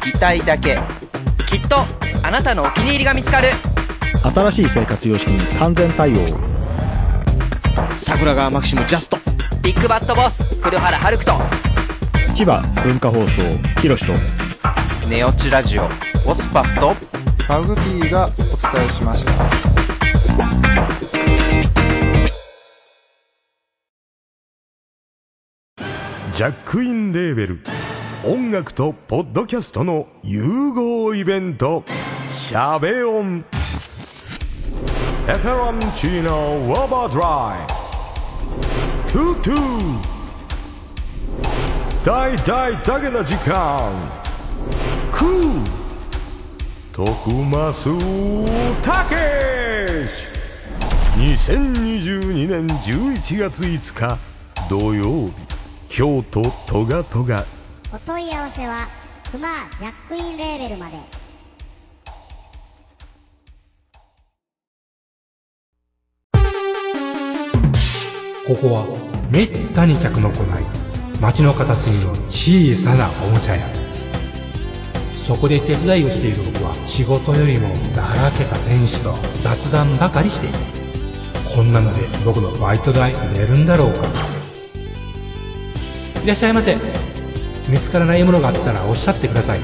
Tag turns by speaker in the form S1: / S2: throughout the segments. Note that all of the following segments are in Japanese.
S1: 聞きたいだけきっとあなたのお気に入りが見つかる
S2: 新しい生活様式に完全対応。
S3: 桜川マキシムジャスト
S1: ビッグバットボス黒原遥人
S2: 千葉文化放送、ひろしと。
S1: ネオチラジオオスパフと
S4: マグピーがお伝えしました。
S5: ジャックインレーベル音楽とポッドキャストの融合イベント「シャベオン」「エフェロンチーノウォーバードライ」「トゥトゥ」「大大だけな時間」「クー」「徳マスたけし」2022年11月5日土曜日京都トガトガ
S6: お問い合わせは、クマジャックインレーベルまで。
S7: ここはめったに客の来ない街の片隅の小さなおもちゃ屋そこで手伝いをしている僕は仕事よりもだらけた店主と雑談ばかりしているこんなので僕のバイト代出るんだろうかいらっしゃいませ見つからないものがあったらおっしゃってください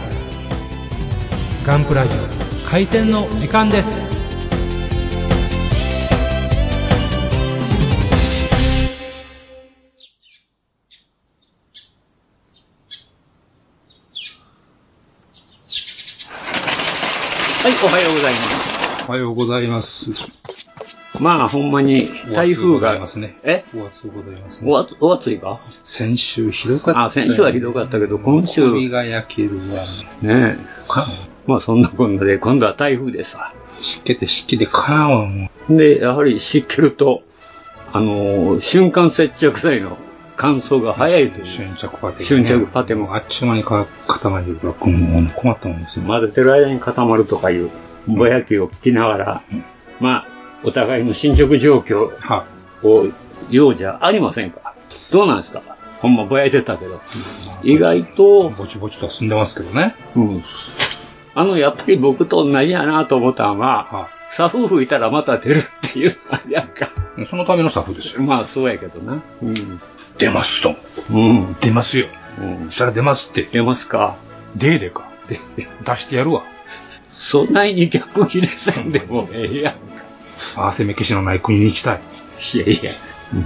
S7: ガンプラジオ開店の時間です
S8: はい、おはようございます。
S7: おはようございます
S8: まあ、ほんまに、台風が、え
S7: お暑いございます
S8: おわ、お暑いか
S7: 先週ひどかった。
S8: あ、先週はひどかったけど、今週、
S7: 首
S8: ね
S7: が焼けるわ。
S8: え、かまあそんなこんなで、今度は台風ですわ。
S7: 湿気て湿気でかんわ、もう。
S8: で、やはり湿気ると、あのー瞬間接着剤の乾燥が早いという。
S7: 瞬着パテ、ね。
S8: 瞬着パテも
S7: あっちゅう間にか固まるから、もう困ったもんですよ。
S8: 混ぜてる間に固まるとかいう、ぼやきを聞きながら、まあ、お互いの進捗状況
S7: は
S8: をようじゃありませんか。どうなんですかほんまぼやいてたけど。意外と、
S7: ぼちぼちとは済んでますけどね。
S8: うん。あの、やっぱり僕と同じやなと思ったのは、
S7: は
S8: サフ吹いたらまた出るっていうの は、なんか、
S7: い。そのための作風ですよ。
S8: まあそうやけどな。うん。
S7: 出ますと。
S8: うん。
S7: 出ますよ。
S8: うん
S7: そし、たら出ますって。
S8: 出ますか
S7: でーでか。
S8: で、
S7: 出してやるわ。
S8: そないに逆切れせんでもええやんか。
S7: 汗めきしのない国に行きたい。
S8: いやいや、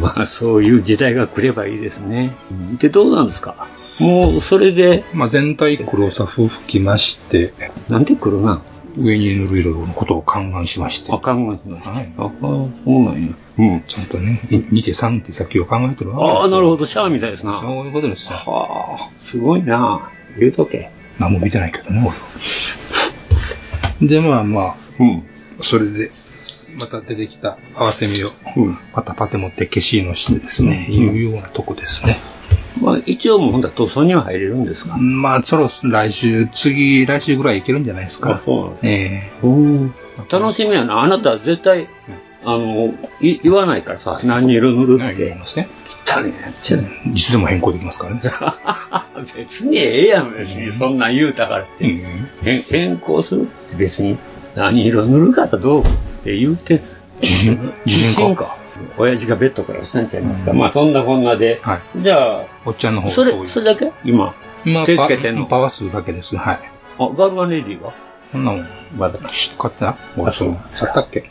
S8: まあそういう時代が来ればいいですね。うんで、どうなんですかもう、それで、
S7: まあ、全体黒サフ吹きまして、
S8: なんで来るな
S7: 上に塗る色のことを勘案しまして。
S8: あかんがしました。
S7: は
S8: あ
S7: い
S8: あ、そうなんや。うん。
S7: ちゃんとね、2手3手先を考えてるわけですよ。
S8: ああ、なるほど、シャアみたいですな。
S7: そういうことですよ。
S8: はあ、すごいな。言うとけ。
S7: 何も見てないけどね、俺で、まあまあ、
S8: うん。
S7: それで、また出てきた合わせ目を、
S8: うん。
S7: またパテ持って消しのしてですね、
S8: うん
S7: いうようなとこですね。
S8: まあ、一応もうほんだら塗装には入れるんですか、
S7: まあ、そろそろ来週、次、来週ぐらいいけるんじゃないです
S8: あ
S7: か。
S8: そうなんですね
S7: え
S8: うん楽しみやな。あなたは絶対、あの、い言わないからさ、何色塗
S7: え
S8: るっ
S7: 言い
S8: て。
S7: ますね。
S8: 汚ねえやっちゃね。
S7: いつでも変更できますからね。
S8: 別にええやん、別に。そんなん言うたからって。
S7: うん
S8: 変変更するって別に、何色塗るかとどうって言うて、
S7: 自信、自信か。。
S8: 親父がベッドから起きたんちゃいますか。
S7: うん
S8: まあ、そんなこんなで。
S7: は
S8: じゃあ、
S7: おっちゃんの方
S8: そ
S7: こうい
S8: れ、
S7: う
S8: それだけ今。
S7: まあ
S8: 手つけてんの
S7: パパワー数だけです。はい。
S8: あ、ガルガンレディは
S7: こんなもん、
S8: まだ
S7: 知っ買ってな。
S8: あそう
S7: 買ったっけ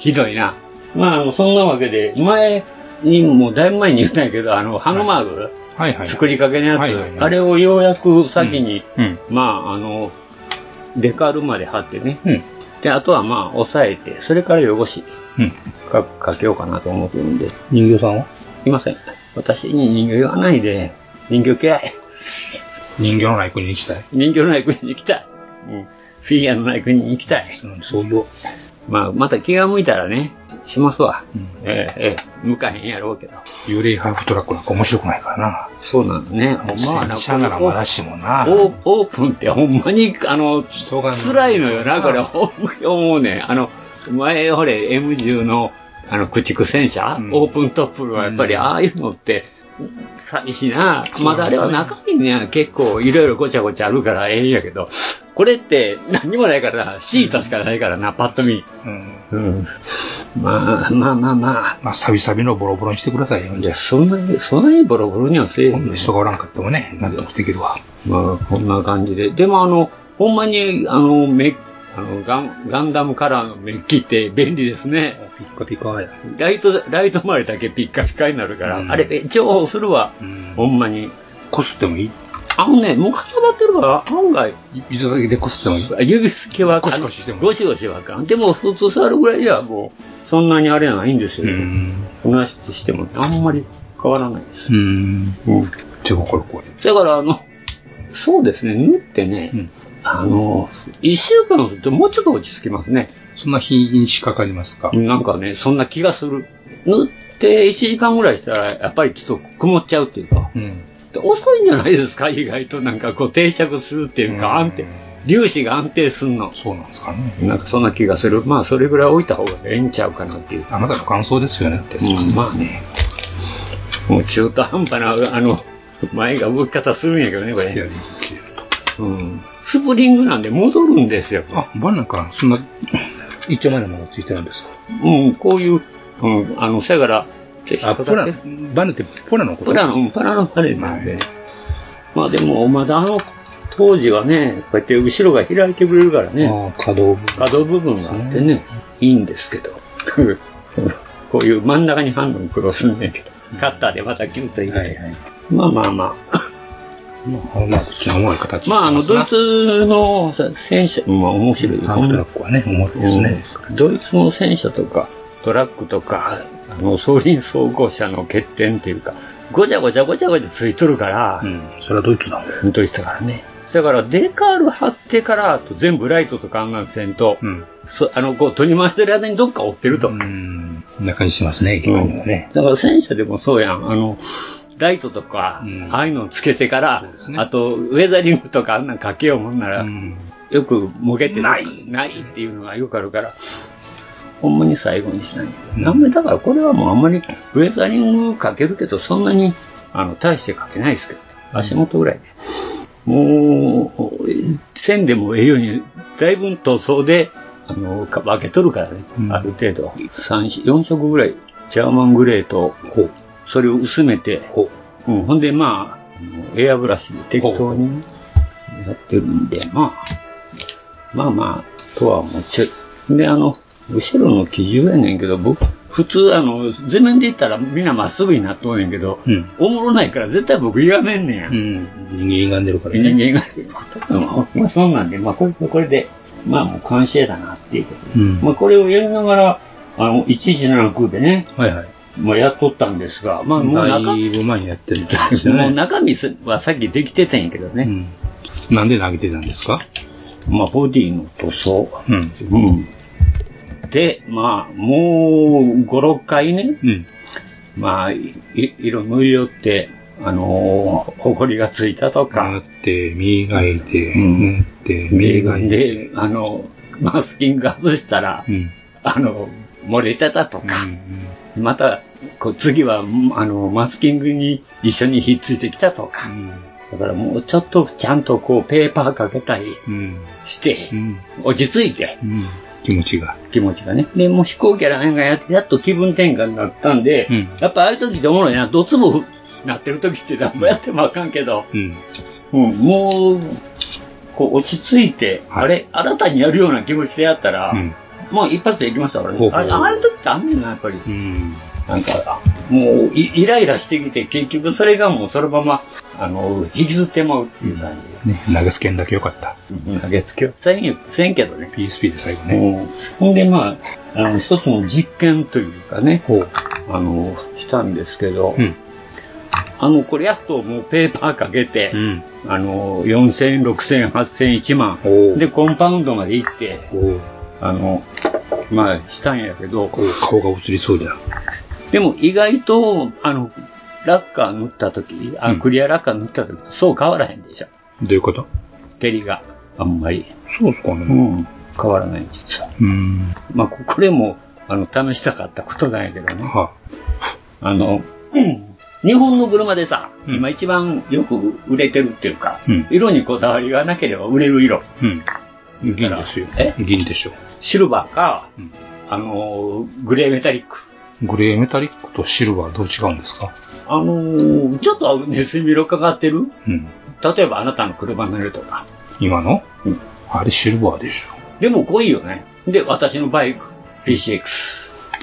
S8: ひどいな。まあ、あの、そんなわけで、前に、もうだいぶ前に言ったんやけど、あの、ハンマーグ、
S7: はいはい。
S8: 作りかけのやつ、
S7: はいはいはい
S8: あれをようやく先に、
S7: うん。
S8: まあ、あの、デカールまで貼ってね。
S7: うん。
S8: で、あとはまあ、押さえて、それから汚し
S7: うん。
S8: かかけようかなと思ってるんで、
S7: 人形さんはい
S8: ません。私に人形言わないで、人形嫌い。
S7: 人形のない国に行きたい。
S8: 人形のない国に行きたい。うんフィギュアのない国に行きたい。うん、そういう。まあ、また気が向いたらね、しますわ。ええ、ええ、向かへんやろうけど。
S7: 幽霊ハーフトラックなんか面白くないからな。
S8: そうなのね。ほんまはな、
S7: 戦車ならまだしもな。
S8: オーオープンってほんまに、あの、
S7: 人がね
S8: 辛いのよな、これ、ほんまに思うねん。あの、前、ほれ、M10 の、あの、駆逐戦車、
S7: うん
S8: オープントップはやっぱり、
S7: うん
S8: ああいうのって、寂しいな。まだあれは中身には結構いろいろごちゃごちゃあるからええんやけど、これって何にもないからな、シートしかないからな、パッと見。
S7: うん。
S8: うん。まあまあまあまあ。
S7: まあ、サビサビのボロボロにしてくださいよ。
S8: い
S7: じゃ
S8: や、そんなに、そんなにボロボロにはせえへ
S7: あ、こん
S8: ん
S7: な人がおらんかったもね、納得できるわ。
S8: まあ、こんな感じで。でも、あの、ほんまに、あの、め、あの、ガン、ガンダムカラーのメッキって便利ですね。
S7: ピッカピカや。
S8: ライト、ライト周りだけピッカピカになるから、
S7: うん
S8: あれ、重宝するわ。
S7: うん
S8: ほんまに。
S7: こすってもいい
S8: あのね、昔はってるから、案外、
S7: 水だけでこすってもいい
S8: 指先は
S7: ゴシゴシしても
S8: ゴシゴシはあかん。でも、普通触るぐらいじゃ、もう、そんなにあれはないんですよ。
S7: うん。
S8: そんなしてしても、あんまり変わらないで
S7: う
S8: す。
S7: ん。
S8: うん。
S7: じゃあ、これこう
S8: だから、あの、そうですね、縫ってね、
S7: うん
S8: あの、一週間するともうちょっと落ち着きますね。
S7: そんな日にしかかりますか。
S8: なんかね、そんな気がする。縫って1時間ぐらいしたら、やっぱりちょっと曇っちゃうっていうか、
S7: うん。
S8: で遅いんじゃないですか、意外となんかこう定着するっていうか、安定、粒子が安定すんの。
S7: そうなんですかね。
S8: なんかそんな気がする。まあ、それぐらい置いた方がええんちゃうかなっていう。
S7: あなたの感想ですよねって。
S8: うん、まあね、もう中途半端な、あの、前が動き方するんやけどね、これ。
S7: いやいや切れると
S8: うんスプリングなんで戻るんですよ。
S7: あ、バナナか、そんな、一丁前のものついてるんですか。
S8: うん、こういう、うん、あの、せやから、
S7: あ、プラ、バナナってプラのこと
S8: プラの、うんプラのパレードなんで。まあでも、まだあの、当時はね、こうやって後ろが開いてくれるからね、
S7: ああ、可動部。
S8: 可動部分があってね、いいんですけど。 こういう真ん中にハンドルクロスんねんけど、カッターでまたキュッと入
S7: は
S8: れ
S7: い
S8: て。
S7: はい。
S8: まあまあまあ。
S7: まあ、まあ、こっちの重い形して
S8: まああの、
S7: すな
S8: ドイツの戦車、まあ面白い。
S7: ハーフトラックはね、重いですね。
S8: ドイツの戦車とか、トラックとか、あの、装輪装甲車の欠点というか、ごちゃごちゃごちゃごちゃついとるから
S7: う、ん。それはドイツだもん。
S8: ドイツだからね。だから、デカール貼ってから、あと全部ライトとかあんなんせんと、
S7: うん。
S8: そあの、こう取り回してる間にどっか追ってると。
S7: うん。こんな感じしますね、結構ね。
S8: だから戦車でもそうやん。あの、ライトとか、
S7: うん
S8: ああいうのつけてから
S7: そうで、すね
S8: あと、ウェザリングとかあんなんかけようもんな
S7: う
S8: ら、
S7: ん。
S8: よくもげてる
S7: ない
S8: ないっていうのがよくあるから、ほんまに最後にしないんだよ。
S7: うん
S8: なんでだからこれはもうあんまり、ウェザリングかけるけど、そんなにあの大してかけないですけど、足元ぐらいで。もう、線でもええように、だいぶ塗装で、あの、か分けとるからね、
S7: うん
S8: ある程度。三4色ぐらい、ジャーマングレーと、それを薄めて、うん、ほんでまああの、エアブラシで適当にねやってるんで、まあ、まあまあ、とは思っちゃう。で、あの、後ろの基準やねんけど、僕、普通、あの、図面で言ったらみんなまっすぐになっとんねんけど、
S7: うん
S8: おもろないから絶対僕歪めんねんや。
S7: うん。人間歪んでるからね。
S8: 人間が。まあ、そんなんで、まあ、これとこれで、まあ、もう完成だなっていうこと
S7: う
S8: で。
S7: ん
S8: まあ、これをやりながら、あの、1179でね、
S7: はいはい。
S8: まあ、やっとったんですが、まあ、もう
S7: だ
S8: 中身
S7: いぶ前にやってるみたいですよ
S8: もう
S7: ね。
S8: 中身はさっきできてたんやけど
S7: う
S8: ね。
S7: ん。なんで投げてたんですか
S8: まあ、ボディの塗装。
S7: うん。
S8: うん。で、まあ、もう5、6回ね、
S7: うん。
S8: まあ、い色塗りよって、あのー、ほこりがついたと
S7: 塗
S8: か
S7: っ、て、磨いて、
S8: うん
S7: 塗って、
S8: で、
S7: 磨いて。
S8: であの、マスキング外したら、
S7: うん。
S8: あの、漏れてたと
S7: う
S8: か、
S7: ん。
S8: また、こう次は、あの、マスキングに一緒にひっついてきたと
S7: う
S8: か、
S7: ん
S8: だからもうちょっとちゃんとこう、ペーパーかけたり
S7: うん。
S8: して
S7: う、ん。
S8: 落ち着いて、
S7: うん。気持ちが。
S8: 気持ちがね。で、もう飛行機らへんがやって、やっと気分転換になったんで、
S7: うん
S8: やっぱああいう時っておもろいな、どつもなってる時って何もやってもあかんけど、
S7: うん。
S8: うん、もう、こう落ち着いて、
S7: はい
S8: あれ、新たにやるような気持ちでやったら、
S7: うん。
S8: もう一発でいきましたから
S7: ほ
S8: ね
S7: う。ほ
S8: あ
S7: う
S8: れ、ああいう時ってあんねんな、やっぱり。
S7: うん。
S8: なんか、あもうイイライラしてきて、結局それがもうそのまま、あの、引きずってまうっていう感
S7: ね、投げつけんだけよかった。
S8: じで、うん投げつけをせんよせんけどね。
S7: PSP で最後ね。
S8: もうほんで、まあ、あの、一つの実験というかね、あの、したんですけど、
S7: うん
S8: あの、これやっともうペーパーかけて、
S7: うん
S8: あの、4000、6000、8000、1万
S7: お。う
S8: で、コンパウンドまで行って、
S7: お
S8: あの、まあ、したんやけど、
S7: お顔が映りそうじゃん。
S8: でも意外と、あの、ラッカー塗った時、あ
S7: うん
S8: クリアラッカー塗った時とそう変わらへんでしょ。
S7: どういうこと
S8: 照りがあんまり。
S7: そうっすか
S8: う
S7: ね。
S8: ん。変わらない、実は。
S7: うん。
S8: まあ、ここれも、あの、試したかったことなんやけどね。
S7: は
S8: あの、うん日本の車でさ、
S7: うん
S8: 今一番よく売れてるっていうか、
S7: うん
S8: 色にこだわりがなければ売れる色。
S7: うん。銀ですよ。
S8: え
S7: 銀でしょ。
S8: シルバーか、
S7: うん
S8: あのー、グレーメタリック。
S7: グレーメタリックとシルバーどう違うんですか
S8: あのー、ちょっとネズミ色かかってる
S7: うん。
S8: 例えばあなたの車の色とか。
S7: 今の
S8: うん
S7: あれシルバーでしょ。
S8: でも濃いよね。で、私のバイク、PCX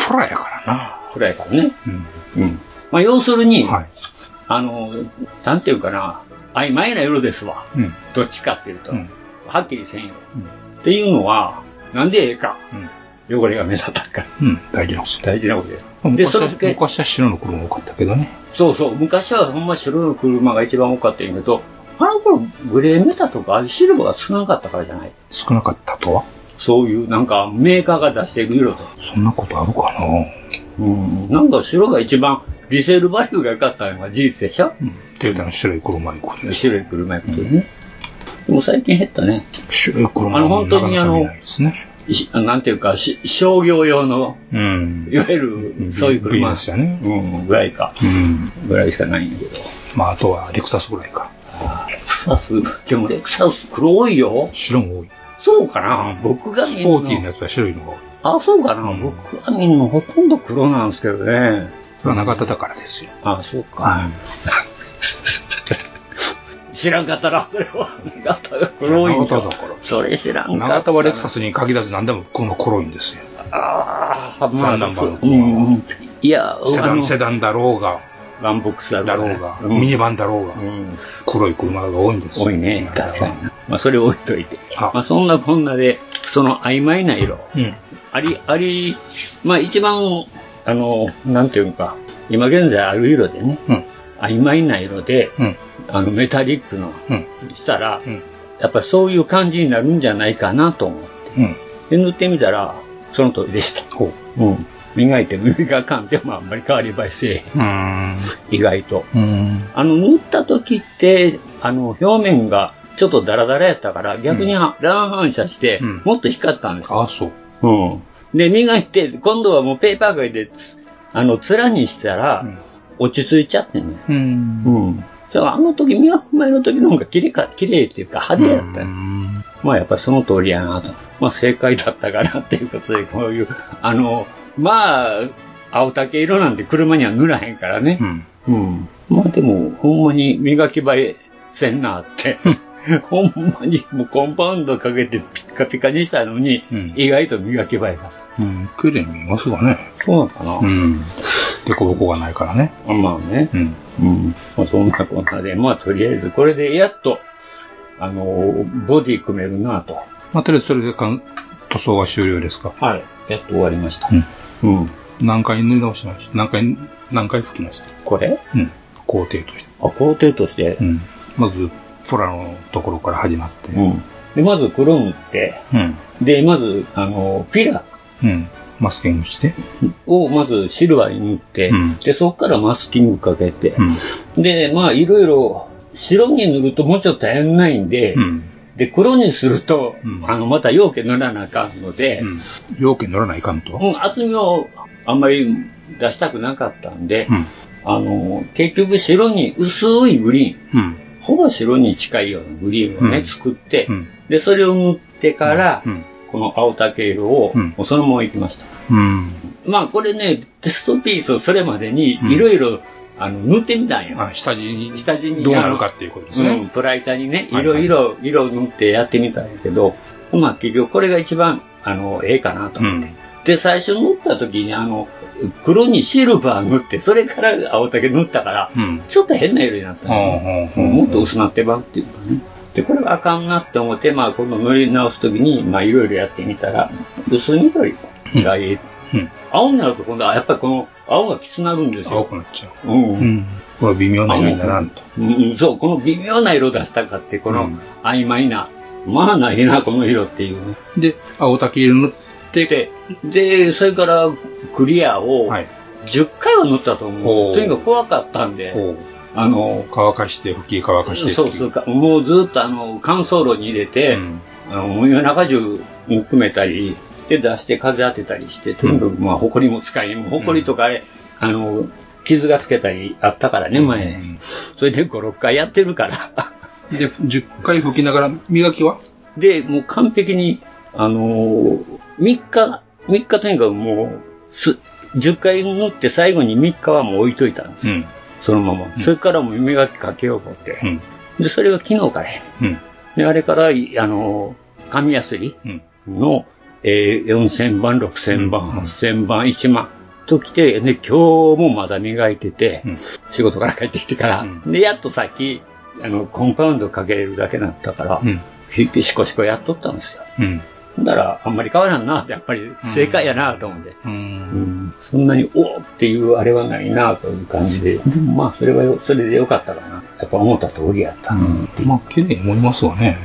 S7: プラやからな。
S8: くらいからね。
S7: うん。
S8: うん。まあ、要するに、
S7: はい。
S8: あの、なんていうかな、曖昧な色ですわ。
S7: うん。
S8: どっちかっていうと、
S7: うん
S8: はっきりせんよ。
S7: うん
S8: っていうのは、なんでええか。
S7: うん。
S8: 汚れが目立ったから。
S7: うん。大事なこと。
S8: 大事なことや。で、
S7: 昔
S8: そ
S7: は
S8: れだけ、
S7: 昔は白の車多かったけどね。
S8: そうそう、昔はほんま白の車が一番多かったんやけど、あの頃、グレーメタとかああいうシルバーが少なかったからじゃない。
S7: 少なかったとは
S8: そういう、なんか、メーカーが出してる色と。
S7: そんなことあるかな
S8: うん。なんか白が一番、リセールバリューが良かったのが事実でしょ
S7: うん。トヨタの白い車いくね。
S8: 白い車やけどね。でも最近減ったね。
S7: 白い車
S8: あの本当にあの
S7: なかなか見ないですね。
S8: しなんていうか、し商業用の、
S7: うん
S8: い。わゆ
S7: うん
S8: る、そういう
S7: ビ
S8: 車。
S7: ーナスやね
S8: うん、ぐらいか。
S7: うん。
S8: ぐらいしかないんやけど。
S7: まあ、あとはレクサスぐらいか。
S8: レクサス、でもレクサス黒いよ。
S7: 白も多い。
S8: そうかな僕が見
S7: ス
S8: る
S7: ポ
S8: の
S7: ーティーなやつは白いのが多い。
S8: あ、そうかな、
S7: ん
S8: 僕が見るのほとんど黒なんですけどね。
S7: それは中田だからですよ。
S8: あ、そうか。知らんかったな、それは。長田が黒いん
S7: 長
S8: だ
S7: 田だから。
S8: それ知らんかったな。
S7: 長田はレクサスに限らず何でもこの黒いんですよ。
S8: ああ、ま
S7: 三
S8: あ、
S7: 段
S8: そ
S7: バ
S8: う
S7: の。
S8: うんうんいや、
S7: セダ
S8: あの
S7: ン、セダンだろうが、
S8: ワンボックスだ
S7: だ
S8: ろう
S7: ろ
S8: ね
S7: うが、
S8: うん
S7: ミニバンだろうが、
S8: うん
S7: 黒い車が多いんですよ
S8: 多いね。
S7: 長田は
S8: 確かにな。まあ、それ置いといて。
S7: あ
S8: まあ、そんなこんなで、その曖昧な色。
S7: うん。
S8: あり、あり、まあ一番、あの、なんていうか、今現在ある色でね、
S7: うん。
S8: 曖昧な色で、
S7: うん。
S8: あの、メタリックの、
S7: うん。
S8: したら、
S7: うん。
S8: やっぱりそういう感じになるんじゃないかなと思って。
S7: うん。
S8: で、塗ってみたら、その通りでした。
S7: ほ
S8: うん。磨いても磨かんでもあんまり変わり映えせえ
S7: う。うーん。
S8: へん。意外と。
S7: うー ん。
S8: あの、塗った時って、あの、表面がちょっとダラダラやったから、逆には乱反射して、
S7: うん
S8: もっと光ったんですよ
S7: ああ、そう。
S8: うん。で、磨いて、今度はもうペーパーガイでつ、あの、面にしたら、落ち着いちゃってね。
S7: うん。
S8: ん。それはあの時、磨く前の時の方が綺麗か、綺麗っていうか派手やった
S7: う
S8: よ、
S7: ん
S8: まあやっぱその通りやなと。まあ正解だったかなっていうことで、こういう、あの、まあ、青竹色なんて車には塗らへんからね
S7: う。ん。
S8: うん。まあでも、ほんまに磨き映えせんなって。 ほんまにもうコンパウンドかけてピッカピカにしたのに、
S7: うん
S8: 意外と磨き映えがさ。
S7: うん。綺麗に見えますわね。
S8: そうなのかな、
S7: うん。でこぼこがないからね。
S8: あまあね。
S7: うん。
S8: うん。まあ、そんなこんなで、まあとりあえずこれでやっと、あのーボディ組めるなと。
S7: まあ、とりあえずそれでかん塗装は終了ですか。
S8: はい。やっと終わりました。うん。
S7: 何回塗り直しました何回、何回拭きました
S8: これ
S7: うん。工程として。
S8: あ、工程として
S7: う。ん。まず、プラのところから始まって。
S8: うん。で、まずクロームって、
S7: うん。
S8: で、まず、あのーピラ
S7: うん。マスキングして。
S8: をまずシルバーに塗って、
S7: うん
S8: で、そこからマスキングかけて、
S7: うん。
S8: で、まあいろいろ、白に塗るともうちょっとやんないんで、
S7: うん。
S8: で、黒にすると、
S7: うん
S8: あの、また容器塗らなあかんので、
S7: うん。要件乗らないかんと。
S8: うん、厚みをあんまり出したくなかったんで、
S7: うん。
S8: あの、結局白に薄いグリーン、
S7: うん。
S8: ほぼ白に近いようなグリーンをね、
S7: うん
S8: 作って、
S7: うん
S8: で、それを塗ってから、
S7: うん。
S8: この青竹色を、
S7: うん
S8: もうそのまま行きました。
S7: うん。
S8: まあこれね、テストピースをそれまでに
S7: うん
S8: いろいろあの塗ってみたんよ。
S7: あ、下地に、
S8: 下地に
S7: どうなるかっていうことです
S8: うん、
S7: ね。
S8: プライターにね、い
S7: はい
S8: ろ
S7: はい
S8: いろ色を塗ってやってみたんやけど、まあ結局これが一番、あの、ええかなと
S7: う
S8: 思って。
S7: ん。
S8: で、最初塗った時に、あの、黒にシルバー塗って、それから青竹塗ったから、
S7: うん。
S8: ちょっと変な色になったね、
S7: うん。
S8: もっと薄なってばうっていうかね。で、これはあかんなって思って、まあ、この塗り直す時に、まあ、いろいろやってみたら、薄緑がええうん。青になると今度はやっぱりこの青がきつなるんですよ。
S7: 青くなっちゃ
S8: う。うん。
S7: うん。これは微妙な色にならんと。
S8: うんうんそう、この微妙な色出したかって、この曖昧な、まあないな、この色っていうね。
S7: で、青竹色塗って、
S8: で、で、それからクリアを
S7: はい。
S8: 10回は塗ったと思
S7: ほ
S8: う。
S7: う
S8: とにかく怖かったんで、
S7: こ
S8: あ
S7: う、
S8: の、
S7: 乾かして、拭き乾かしてってい
S8: そうそうか、もうずっとあの乾燥炉に入れて、
S7: うん
S8: あのもう夜中中含めたり、で出して風当てたりして、とにかくまあ、埃も使い、もう埃とかあれ、あの、傷がつけたりあったからね、前。
S7: うん
S8: それで5、6回やってるから。
S7: で、10回拭きながら、磨きは
S8: で、もう完璧に、あのー、3日、3日とにかくもう、す10回塗って最後に3日はもう置いといたの
S7: うん。
S8: そのまま。
S7: うん
S8: それからもう磨きかけようと思って。
S7: うん。
S8: で、それが昨日からや
S7: うん。
S8: で、あれから、いあのー、紙やすり
S7: うん。
S8: の、えー、4000番、6000番、
S7: うん
S8: 8000番、1万と来て、で、今日もまだ磨いてて、
S7: うん
S8: 仕事から帰ってきてから、
S7: うん
S8: で、やっとさっき、あの、コンパウンドかけれるだけだったから、
S7: うん。
S8: ひしこしこやっとったんですよ。
S7: うん。
S8: だから、あんまり変わらんなって、やっぱり正解やなと思って。
S7: う。
S8: うんん、そんなに、おーっていうあれはないなという感じで、でもまあ、それはよ、それでよかったかな。やっぱ思った通りやった。うん
S7: まあ、綺麗に思いますわね。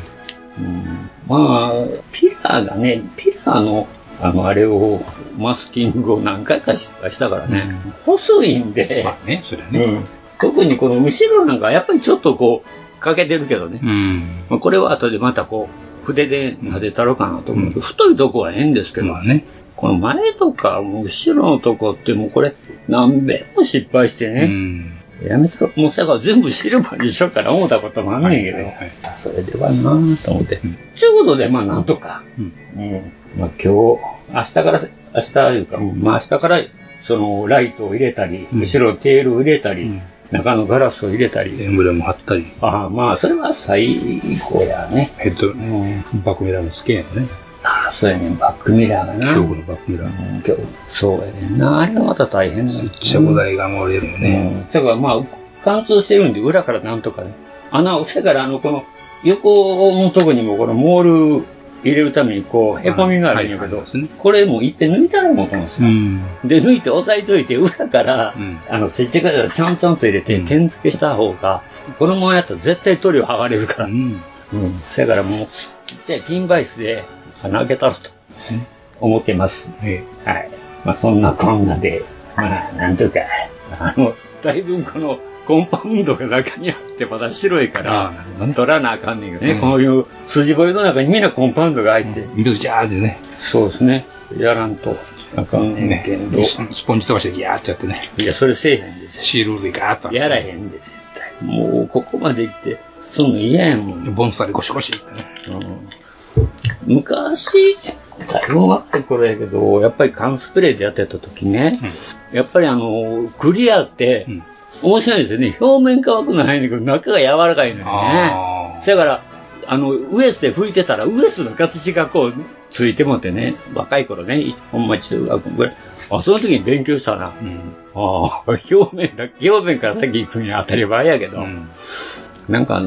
S8: まあ、ピラーがね、ピラーの、あの、あれを、マスキングを何回か失敗したからね、
S7: うん
S8: 細いんで、
S7: まあね、それは
S8: う
S7: ね。
S8: ん、特にこの後ろなんか、やっぱりちょっとこう、欠けてるけどね、
S7: うん。
S8: まあ、これは後でまたこう、筆で撫でたろうかなと思うけど、太いとこはええんですけど、
S7: まあね。
S8: この前とか、もう後ろのとこってもうこれ、何べんも失敗して
S7: う
S8: ね、
S7: ん。
S8: やめともうだから全部シルバーにしようから思ったこともあんねんけど、
S7: はいはいはい
S8: あそれではなぁと思って。
S7: ん
S8: ちゅうことで、まあなんとか、
S7: うん
S8: うんまあ今日、明日から、明日いうか、うんまあ明日から、そのライトを入れたり、
S7: うん
S8: 後ろテールを入れたり、
S7: うん
S8: 中のガラスを入れたり、
S7: エンブレム貼ったり、
S8: ああまあそれは最高やね。
S7: ヘッド
S8: う
S7: ね、
S8: ん
S7: バックミラーの付けやね。
S8: ああ、そうやねん、バックミラーがな。
S7: 強のバックミラー。
S8: うん今日そうやねんな。あれがまた大変だ
S7: 接着剤が漏れるよね。
S8: ね。だからまあ、貫通してるんで、裏からなんとかね。穴を、してから、あの、この、横のとこにも、このモール入れるために、こう、へこみがあるんや
S7: はいはい
S8: け
S7: あり
S8: ど
S7: ますね、
S8: これもういっぺん抜いたらもうこの人
S7: うん。
S8: で、抜いて押さえといて、裏から
S7: うん、
S8: あの、接着剤をちゃんちゃんと入れて、
S7: うん
S8: 点付けした方が、このままやったら絶対塗料剥がれるか
S7: う
S8: ら。
S7: ん。
S8: うん。そやからもう、ちっちゃいピンバイスで穴開けたろと思ってます。
S7: え
S8: はい。まあそんなこんなで、まあなんとか、あの、だいぶこのコンパウンドが中にあってまだ白いか
S7: ああな
S8: ら
S7: るほど、ね
S8: 取らなあかんねんけどね、
S7: うん
S8: こういう筋彫りの中にみんなコンパウンドが入って、
S7: え。ミルジャーでね。
S8: そうですね。やらんとあかんねん
S7: ね
S8: けど、。
S7: スポンジとかしてギャーってやってね。
S8: いや、それせえへんです
S7: シールでガーッと。
S8: よ。やらへんで、絶対。もうここまで来て、そんなん嫌やもん。
S7: ボンスターでゴシゴシってね。
S8: うん昔、だいぶ若い頃やけど、やっぱり缶スプレーでやってた時ね、やっぱりあの、クリアって
S7: うん、
S8: 面白いですよね。表面乾くのは早いんだけど、中が柔らかいのよ
S7: あ
S8: ね。
S7: ー
S8: だから、あの、ウエストで拭いてたら、ウエストの形がこう、ついてもってね、若い頃ね、いほんま中学校ぐらい。あ、その時に勉強したな。
S7: うん。
S8: ああ、表面だ、表面から先行くには当たり前やけど、
S7: うん。
S8: なんか、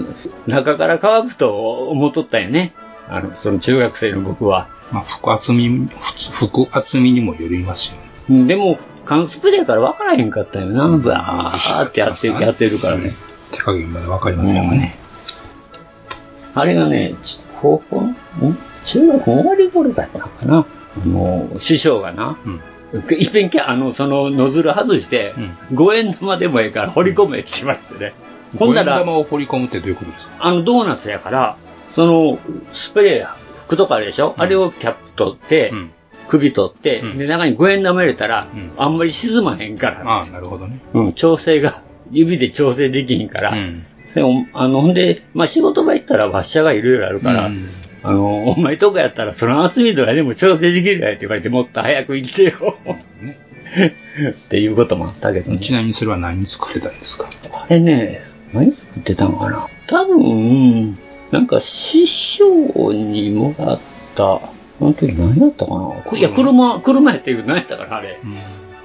S8: 中から乾くと思っとったよね。あの、その中学生の僕は。
S7: まあ、服厚み、ふつ服厚みにもよりますよ。
S8: うんでも、缶スプレーから分からへんかったよな。バーってやってる、やってるからね。
S7: 手加減までわかりませんもんね。
S8: あれがね、ち高校ん中学の終わり頃だったのかな。あの、師匠がな、
S7: うん。
S8: いっぺんきゃ、あの、そのノズル外して、五円玉でもええから掘り込めって言われてね。ほんな
S7: 五円
S8: ら、
S7: 玉を掘り込むってどういうことですか
S8: あの、ドーナツやから、その、スプレー、服とかあるでしょ、
S7: うん
S8: あれをキャップ取って、
S7: うん。
S8: 首取って、
S7: うん
S8: で中に五円玉入れたら、
S7: うん
S8: あんまり沈まへんから、
S7: ああ、なるほどね。
S8: うん調整が、指で調整できへんから、
S7: うん。
S8: でもあのほんで、まあ、仕事場行ったら発射がいろいろあるから、
S7: うん
S8: あの、お前とかやったらその厚みとかでも調整できるやって言われて、もっと早く行ってよ。
S7: ね
S8: っていうこともあったけどね。
S7: ちなみにそれは何作ってたんですか
S8: あれね、何作ってたのかな多分、なんか師匠にもらった、あの時何やったかなこいや、車、車やっていう何やったかなあれ。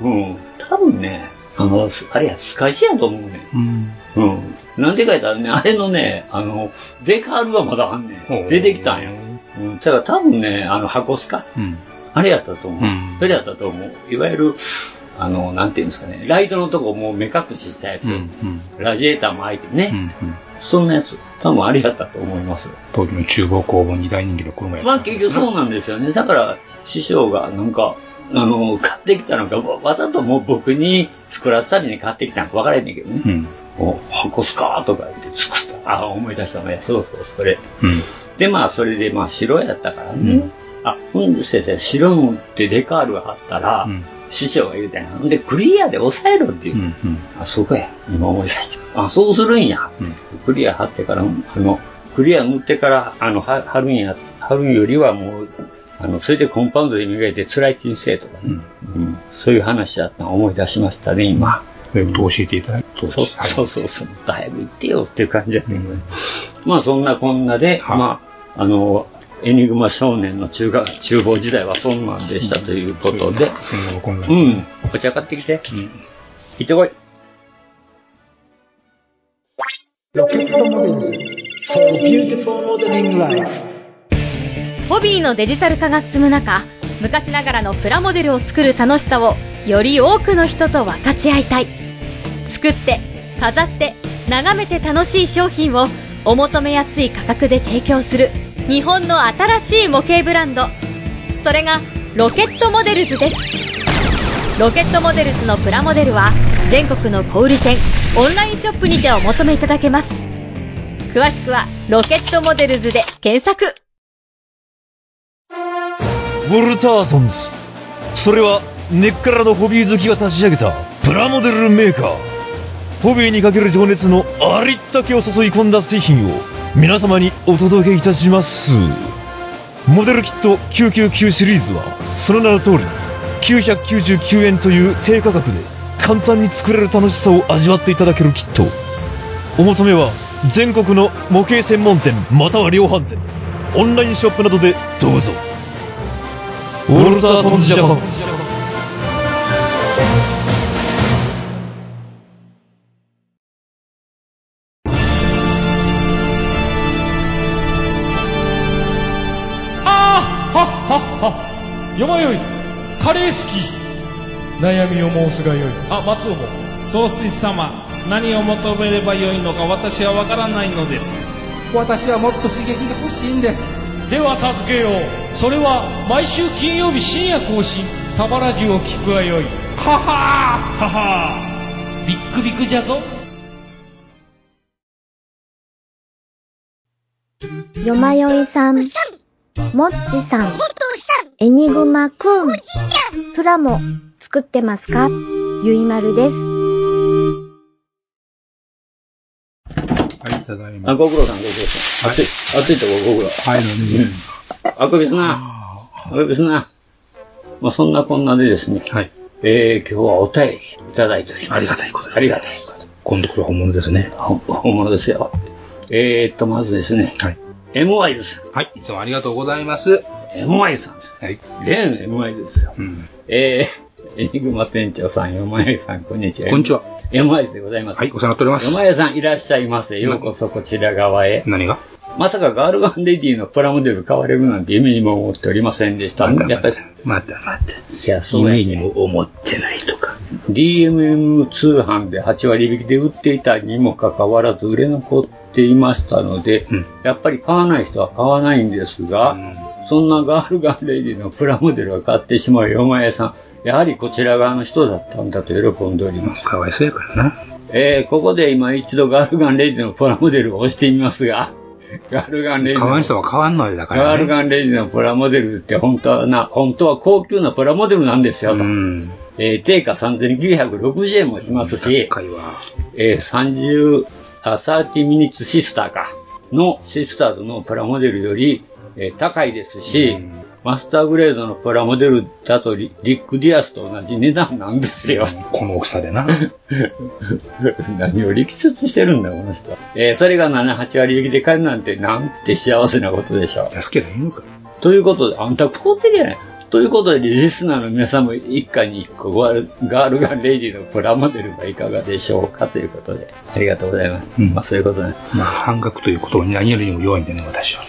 S8: うん。多分ね、あの、あれや、スカジやと思うね。
S7: うん。
S8: うん。なんでか言ったらね、あれのね、あの、デカールはまだあんね
S7: ほ
S8: ん。
S7: う
S8: 出てきたんや。うん。だから多分ね、あの、箱スカ。
S7: うん。
S8: あれやったと思う。
S7: うん
S8: それやったと思う。いわゆる、あの、なんていうんですかね、ライトのとこもう目隠ししたやつ、
S7: うんうん
S8: ラジエーターも開いてね、
S7: うんうん
S8: そんなやつ、多分あれやったと思います。
S7: 当時の厨房工房に大人気のこの前
S8: まあ結局そうなんですよね。だから、師匠がなんか、あの、買ってきたのか、わわざともう僕に作らせたりに買ってきたのか分からへんねんけどね。
S7: うん。
S8: お、箱っすかとか言って作った。あ、思い出したね。そうそう、それ。
S7: うん。
S8: で、まあ、それで、まあ、白やったからね。
S7: うん
S8: あ、ほんで先生、白のってデカールが貼ったら、
S7: うん
S8: 師匠が言うたんや。ほんで、クリアで抑えろっていう。
S7: うん。うん。
S8: あ、そうかや。今思い出した。あ、そうするんや。
S7: うん
S8: クリア貼ってから、あの、クリア塗ってから、あの、は貼るんや、貼るよりはもう、あの、それでコンパウンドで磨いて辛い人生とかね。
S7: うん
S8: うんそういう話だったのを思い出しましたね、今。
S7: そういうことを教えていただいた当時
S8: そうそうそうそう、だいぶ行ってよっていう感じだったけど、まあそんなこんなで、
S7: はい
S8: まあ、あの、エニグマ少年の中学、厨房時代はそんなんでしたということで、
S7: そんなのこんな
S8: う
S7: の
S8: ん、お茶買ってきて、
S7: うん。
S8: 行ってこい。
S9: ホビーのデジタル化が進む中昔ながらのプラモデルを作る楽しさをより多くの人と分かち合いたい作って飾って眺めて楽しい商品をお求めやすい価格で提供する日本の新しい模型ブランドそれがロケットモデルズですロケットモデルズのプラモデルは全国の小売店オンラインショップにてお求めいただけます詳しくは「ロケットモデルズ」で検索
S5: ウォルターソンズそれは根っからのホビー好きが立ち上げたプラモデルメーカーホビーにかける情熱のありったけを注い込んだ製品を皆様にお届けいたしますモデルキット999シリーズはその名の通り999円という低価格で簡単に作れる楽しさを味わっていただけるキットお求めは全国の模型専門店または量販店オンラインショップなどでどうぞウォルターソンズジャパン
S10: ああはっはっはよまよいカレー好き
S11: 悩みを申すがよい
S10: あ松尾も総帥様何を求めればよいのか私はわからないのです私はもっと刺激が欲しいんですでは助けようそれは毎週金曜日深夜更新サバラジュを聞くがよいははーははービックビックじゃぞ
S12: よまよいさん、もっちさん、エニグマくん、プラモ作ってますかゆいまるです。
S7: はい、ただいま。
S8: あ、ご苦労さん、ご苦労さん。暑い、暑いとこご苦労。
S7: はい、飲み
S8: あくびすな。あくびすな。まあそんなこんなでですね、
S7: はい。
S8: えー、今日はお便りいただいております。ありがたいことありがたいこと
S7: 今度これ本物ですね。
S8: ほ本物ですよ。えーっと、まずですね。
S7: はい。
S8: M ワイズさん。
S7: はい、いつもありがとうございます。
S8: M ワイズさん。
S7: はい。
S8: 例の M ワイズですよ。
S7: うん。
S8: えー、エニグマ店長さん、山井さん、こんにちは。
S7: こんにちは。
S8: 山井でございます。
S7: はい、お世話になっております。
S8: 山井さん、いらっしゃいませ。ようこそこちら側へ。
S7: 何が
S8: まさかガールガンレディのプラモデル買われるなんて夢にも思っておりませんでした。
S7: また
S8: やっぱり、
S7: またまた。
S8: いや、そうや
S7: 夢にも思ってないとか。
S8: DMM 通販で8割引きで売っていたにもかかわらず売れ残っていましたので、やっぱり買わない人は買わないんですが、そんなガールガンレディのプラモデルは買ってしまうよまえさん、やはりこちら側の人だったんだと喜んでおります。
S7: かわいそうやからな。
S8: えー、ここで今一度ガールガンレディのプラモデルを押してみますが、 ガールガンレディ
S7: 買わ
S8: の
S7: ん人は変わんのよ、だから、ね。
S8: ガールガンレディのプラモデルって本当はな、本当は高級なプラモデルなんですよと。えー定価3960円もしますし、えー30、あ、30ミニッツシスターか、のシスターズのプラモデルより、えー高いですし、マスターグレードのプラモデルだとリリック・ディアスと同じ値段なんですよ。
S7: この大きさでな。
S8: 何を力説してるんだ、この人は。えーそれが7、8割引きで買えるなんて、なんて幸せなことでしょう。
S7: 安けりゃいいのか。
S8: ということで、あんた買うてりゃない。ということで、リスナーの皆さんも一家に一個ガール、ガールガンレディのプラモデルがいかがでしょうかということで、ありがとうございます。まあそういうことね。
S7: まあ、半額ということに何よりも弱いんだね、私は。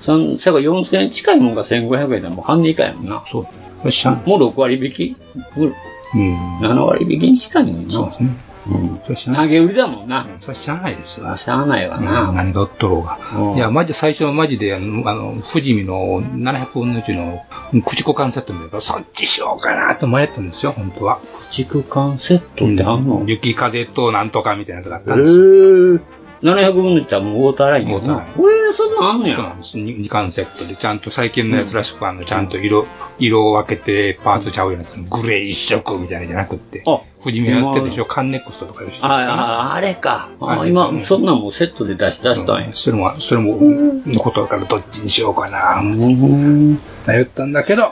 S8: 三、せやから4000円近いもんが1500円でもう半値以下やもんな。
S7: そう。
S8: もう6割引き、う
S7: うん。
S8: 7割引きに近いもんな。
S7: そうですね。
S8: うん。
S7: それ知らない。
S8: 投げ売りだもんな。
S7: それ知らないですよ。
S8: しゃあないわな。
S7: うん何が売っとろうが。
S8: うん
S7: いや、マジ、最初はマジで、あの、あの富士見の700分の1の、口股関セット見れば、そっちしようかなと迷ったんですよ、本当は。
S8: 口股関セットってあんの、
S7: 雪風となんとかみたいなやつがあっ
S8: え
S7: たんですよ。
S8: ー、700分の1はもうウォーターライン
S7: ウォーターライン
S8: えー、そんなんあんの
S7: そう
S8: や。
S7: なんです。2, 巻セットで、ちゃんと最近のやつらしく、あの、ちゃんと色、色を分けてパーツちゃうやつ、グレー一色みたいなのじゃなくって、
S8: あ、
S7: 富士見やってるでしょ、カンネクストとかよし。
S8: あああれか。あ
S7: あれ
S8: 今
S7: う、ん
S8: そんなんもうセットで出し出したんや。
S7: それも、それも、のことだからどっちにしようかな、迷ったんだけど、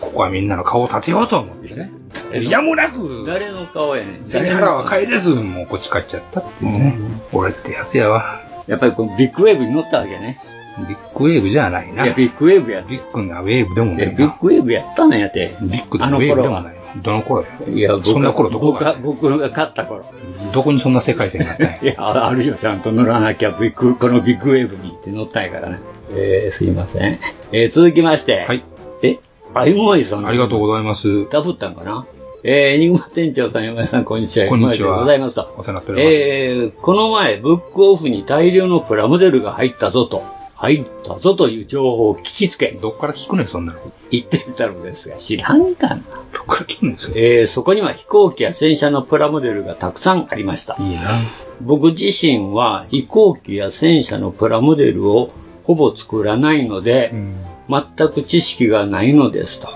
S7: ここはみんなの顔を立てようと思ってね。いやむなく、
S8: 誰の顔やねん。
S7: 誰からは帰れず、もうこっち帰っちゃったっていうね。俺ってやつやわ。
S8: やっぱりこのビッグウェーブに乗ったわけね。
S7: ビッグウェーブじゃない
S8: い
S7: な。
S8: や、ビッグウェーブや。ビ
S7: ビッグなウェーブでもないな。
S8: ッグウェーブやったねやって。
S7: ビッグ
S8: あ
S7: なウ
S8: の
S7: ェーブで
S8: 頃
S7: もな。。
S8: はい
S7: どの頃よ
S8: いや、僕
S7: そんな頃どこ
S8: 僕が
S7: が、
S8: 僕が勝った頃。
S7: どこにそんな世界線があったんや。
S8: いや、あるよ、ちゃんと乗らなきゃ、ビッグ、このビッグウェーブにって乗ったんやからね。えー、すいません。えー、続きまして。
S7: はい。
S8: え、あゆもいさん。
S7: ありがとうございます。
S8: ダブったんかなえー、エニグマ店長さん、山田さん、こんにちは。
S7: こんにちは
S8: ございますと。
S7: お世話になっております。
S8: えー、この前、ブックオフに大量のプラモデルが入ったぞと、入ったぞという情報を聞きつけ、
S7: どっから聞くねん、そんなの。ど
S8: 行ってみたのですが、知らんかな。
S7: っから聞くねん、それ。
S8: えー、そこには飛行機や戦車のプラモデルがたくさんありました。
S7: いいな。
S8: 僕自身は飛行機や戦車のプラモデルをほぼ作らないので、
S7: うん。
S8: 全く知識がないのですと。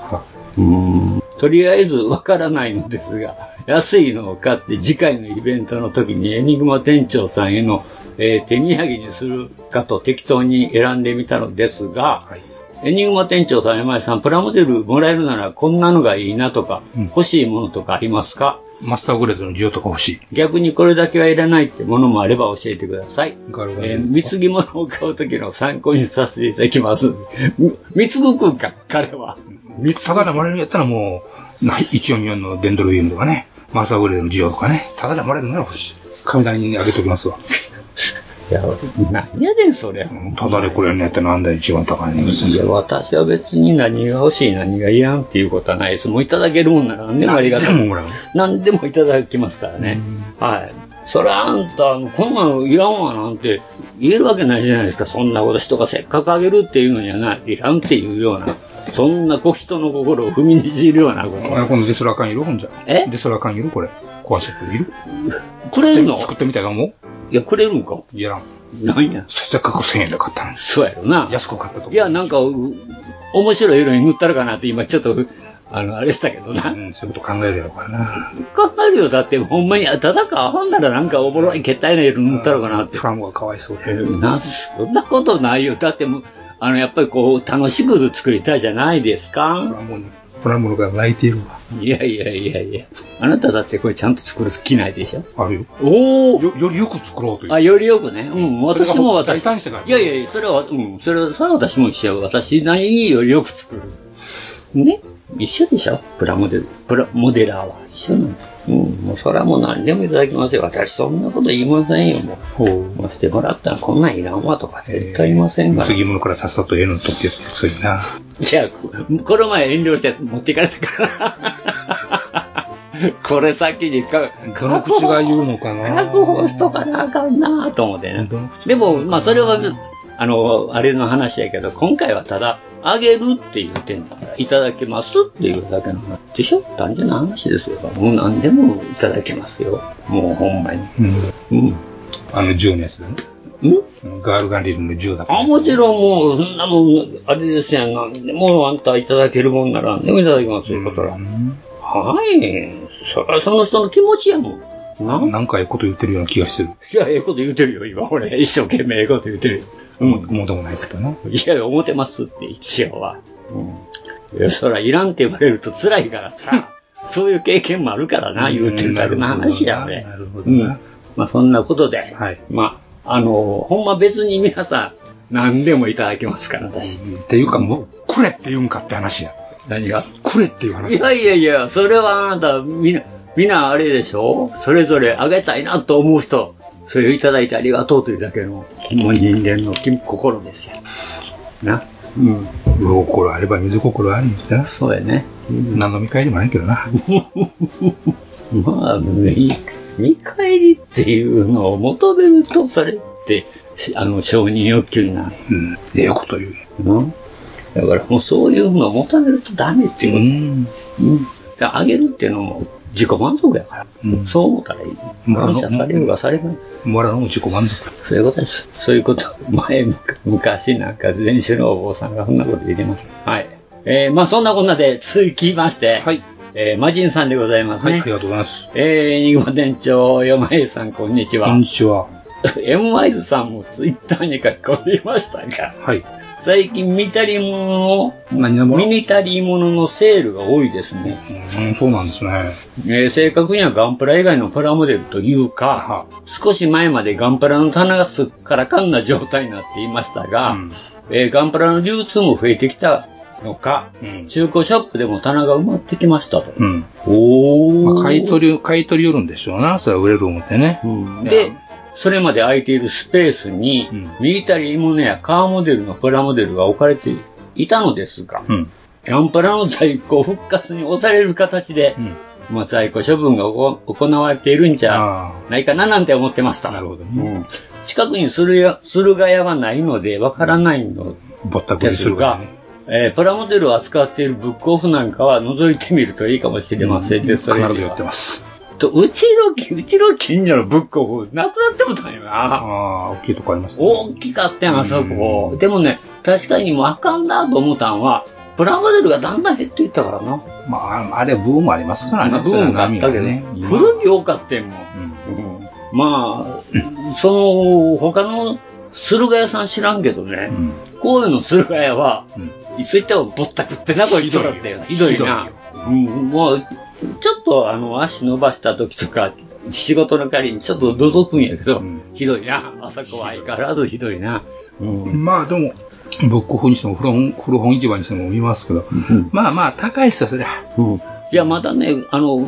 S8: とりあえずわからないのですが、安いのを買って次回のイベントの時にエニグマ店長さんへの、えー手土産にするかと適当に選んでみたのですが、
S7: はい。
S8: エニグマ店長さん、山井さん、プラモデルもらえるならこんなのがいいなとか、
S7: うん
S8: 欲しいものとかありますか
S7: マスターグレードの需要とか欲しい。
S8: 逆にこれだけはいらないってものもあれば教えてください。
S7: ガルガル
S8: えー、貢ぎ物を買うときの参考にさせていただきます。み貢ぐくんか、彼は。
S7: ただでもらえるんやったらもう、ない144のデンドルウィームとかね、マスターグレードの需要とかね、ただでもらえるなら欲しい。神にあげときますわ。
S8: いや、何やねん、それ。
S7: ただでこれのやったらなんだよ一番高いね。
S8: いや、私は別に何が欲しい、何がいらんっていうことはないです。もういただけるもんなら何でもありがた
S7: でも
S8: い。
S7: もらう。
S8: 何でもいただきますからね。はい。それあんた、こんなのいらんわなんて言えるわけないじゃないですか。そんなこと人がせっかくあげるっていうのにはない、いらんっていうような、そんなこ人の心を踏みにじるようなこ
S7: あ
S8: と。
S7: このデスラカンいるほんじゃ。
S8: え
S7: デスラカンいるこれ。壊せている
S8: くれるの
S7: 作ってみたいと思
S8: いや、くれるんか。
S7: ういやらん。
S8: なんや。
S7: せっかく1000円で買ったのに。
S8: そうやろな。
S7: 安く買ったと思う
S8: いや、なんか、う面白い色に塗ったるかなって今ちょっと、あの、あれしたけどな
S7: う。ん、そういうこと考えてるからな。
S8: 考えるよ。だって、ほんまに、あただか、ほんならなんかおもろい、けったいな色塗ったのかなって
S7: プ。ラモがかわいそうで。
S8: な、そんなことないよ。だってもう、あの、やっぱりこう、楽しく作りたいじゃないです
S7: プ
S8: か。
S7: ラモに、プラモが泣いているわ。
S8: いやいやいやいや。あなただってこれちゃんと作る気ないでしょ。
S7: あるよ。
S8: お
S7: よ、よりよく作ろうという。
S8: あ、よりよくね。うん、
S7: それが
S8: 私も私。
S7: 大胆にしてから
S8: いやいやいや、それは、うん、それは、それは私も一緒よ。私なりによりよく作る。ね一緒でしょプラモデル。プラモデラーは一緒なの。うん、もうそれはもう何でもいただきますよ。私そんなこと言いませんよ、もう。もうしてもらったらこんなんいらんわとか絶対言いませんから。
S7: 次物からさっさと得るのとってやってくそいな。
S8: いや、ここの前遠慮して持っていかれた から。これ先にか、
S7: どの口が言うのかな
S8: 確保しとかなあかんなあと思ってね。でも、まあそれは、あの、あれの話やけど、今回はただ、あげるって言ってんだから、いただきますっていうだけの話でしょ単純な話ですよ。もう何でもいただきますよ。もうほんまに。
S7: うん。
S8: うん。
S7: あの銃のやつだね。
S8: うん
S7: ガールガンリルの銃だから。
S8: あ、もちろんもう、そんなもん、あれですやん。なんでもあんたいただけるもんなら、何でもいただきますよ、そら。
S7: うん
S8: はい。そら、その人の気持ちやもん。なん
S7: なんかええこと言ってるような気がしてる。
S8: いや、ええこと言うてるよ、今。俺、一生懸命ええこと言うてるよ。うん。
S7: 思うでもないことな。
S8: いや、思ってますって、一応は。うん。いや、そら、いらんって言われると辛いからさ、そういう経験もあるからな、言うてるだけの話や、俺。
S7: なるほ
S8: う
S7: ど
S8: ん
S7: な。。
S8: まあ、そんなことで、
S7: はい
S8: まあ、あの、ほんま別に皆さん、何でもいただけますから、私。
S7: っていうかもう、くれって言うんかって話や。
S8: 何が
S7: くれっていう話
S8: いやいやいや、それはあなた、みんな、みんなあれでしょそれぞれあげたいなと思う人、それをいただいてありがとうというだけの、もう人間の気心ですよ。な。うん。
S7: 魚心あれば水心ありみたいな。
S8: そうやね。
S7: 何の見返りもないけどな。
S8: まあ、見、見返りっていうのを求めると、それって、しあの、承認欲求になる。
S7: うん。ええこと言うね。
S8: うん。だからもうそういうのを求めるとダメっていうこと。うん。であげるっていうのも自己満足やから。そう思ったらいい。
S7: もらう
S8: 感謝されるかされない。
S7: もらうのも自己満足。
S8: そういうことです。そういうこと。前、昔なんか前週のお坊さんがそんなこと言ってました。はい。えー、まあそんなこんなで続きまして、はい。えー、マジンさんでございますね。
S7: はい、ありがとうございます。
S8: えー、ニグマ店長、ヨマエさん、こんにちは。
S7: こんにちは。
S8: M ワイズさんもツイッターに書き込みましたが、
S7: はい。
S8: 最近見たりもの
S7: 何のもの
S8: 見たりもののセールが多いですね。
S7: うん、そうなんですね。
S8: えー正確にはガンプラ以外のプラモデルというか、少し前までガンプラの棚がすっからかんな状態になっていましたが、えーガンプラの流通も増えてきたのか、中古ショップでも棚が埋まってきましたと。
S7: うん。
S8: お
S7: まあ、買い取り、買い取り寄るんでしょうな。それは売れる思ってね。
S8: で、それまで空いているスペースに、ミリタリーものやカーモデルのプラモデルが置かれていたのですが、
S7: うん。
S8: ガンプラの在庫復活に押される形で、まあ、在庫処分が行行われているんじゃないかななんて思ってました。なるほど、うん近くに駿や駿河屋がないのでわからないの
S7: ぼったく
S8: で
S7: りす
S8: す
S7: るから
S8: が、えープラモデルを扱っているブックオフなんかは覗いてみるといいかもしれませんね、それ
S7: 必ず
S8: に
S7: 言っ
S8: は
S7: てます。
S8: とうちのき、うちの近所のブックオフ、なくなってもたんよな。
S7: ああ、大きいとこありますね。
S8: 大きかったやん、あそこ。でもね、確かにもうあかんなと思ったんは、プラモデルがだんだん減っていったからな。
S7: まあ、あれ、ブームありますから
S8: まあ
S7: ね。
S8: ブームがあったけどね。古着多かったんもん。うんまあ、その、他の駿河屋さん知らんけどね、神戸の駿河屋は、いつ行ってもぼったくってな、こいつらって。ひどいな。うんもう、ちょっとあの、足伸ばした時とか、仕事の帰りにちょっと覗くんやけど、ひどいな。あそこは相変わらずひどいな。うん。
S7: まあ、でも、ブックオフにしても古本、古本市場にしても見ますけど、まあまあ、高いっすよ、そりゃ。
S8: いや、またね、あの、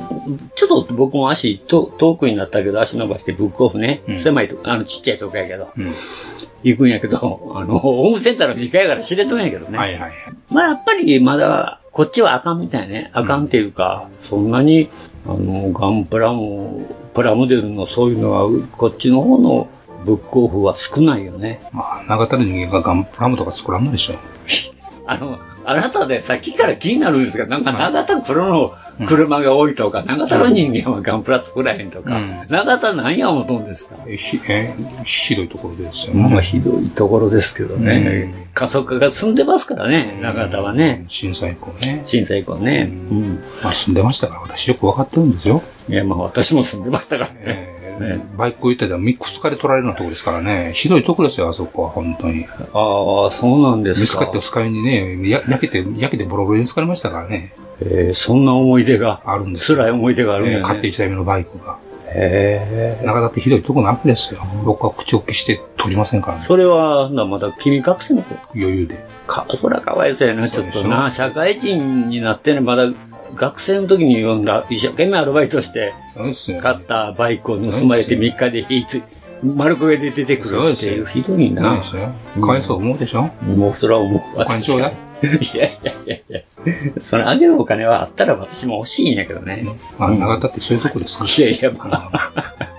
S8: ちょっと僕も足と遠くになったけど、足伸ばしてブックオフね、狭いとこあの、ちっちゃいとこやけど、行くんやけど、 あの、ホームセンターの2階から知れとんやけどね。まあ、やっぱりまだ、こっちはあかんみたいね。あかんっていうか、そんなに、あの、ガンプラも、プラモデルのそういうのは、こっちの方のブックオフは少ないよね。
S7: まあ、長たる人間がガンプラムとか作らんのでしょ。
S8: あの、あなたね、さっきから気になるんですけど、なんか長田黒の車が多いとか、長田の人間はガンプラ作らへんとか、長田なんや思うとんですか
S7: え、ひ、え、ひどいところですよね。
S8: まあ、ひどいところですけどね、過疎化が進んでますからね、長田はね。
S7: 震災以降ね。
S8: 震災以降ね。うん。
S7: まあ、住んでましたから、私よく分かってるんですよ。
S8: いや、まあ、私も住んでましたからね。
S7: バイク行ったらミックスカで取られるようなとこですからね。ひどいとこですよ、あそこは、本当に。
S8: ああ、そうなんですか。
S7: 見つかって二日目にね、や焼けて、焼けてボロボロに疲れましたからね。
S8: えー、そんな思い出が
S7: あるんです。
S8: 辛い思い出があるんや
S7: え
S8: ね
S7: ー買ってきた夢のバイクが。
S8: へえ。
S7: 中田ってひどいとこなわけですよ。僕は口を消して取りませんからね。
S8: それは、なまだ君隠せの子
S7: 余裕で。
S8: か、そらかわいそうやな、ちょっとな。社会人になってね、まだ学生の時に読んだ、一生懸命アルバイトして、買ったバイクを盗まれて3日で引いつ、丸焦げで出てくるっていう、ひどい
S7: そう
S8: な
S7: で。すよ。かわいそう思うでしょ、
S8: もうそら思う。お
S7: 金ちょうだい。
S8: いやいやいやいや、そのあげるお金はあったら私も欲しいんやけどね。
S7: まあ、長田ってそういうとこですか
S8: いやいや、まあ、
S7: ら。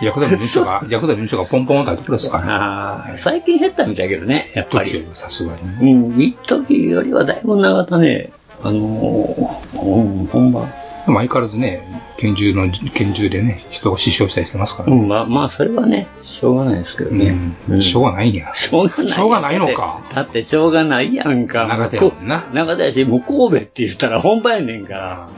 S7: ヤクザの事務所が、 ヤクザの事務所がポンポンとあるとこですから。
S8: あー最近減ったみたいだけどね、やっぱり。
S7: さすがに。
S8: うん、一時よりはだいぶ長田ね、あのー、うん、ほんま。
S7: でも相変わらずね、拳銃の、拳銃でね、人を死傷したりしてますから
S8: う
S7: ね。
S8: ん、まあ、まあ、それはね、しょうがないですけどね。
S7: しょうがないんや。
S8: しょうがない。しょうがないのか。だってしょうがないやんか。長田やな。長田やし、もう神戸って言ったら本場やねんから。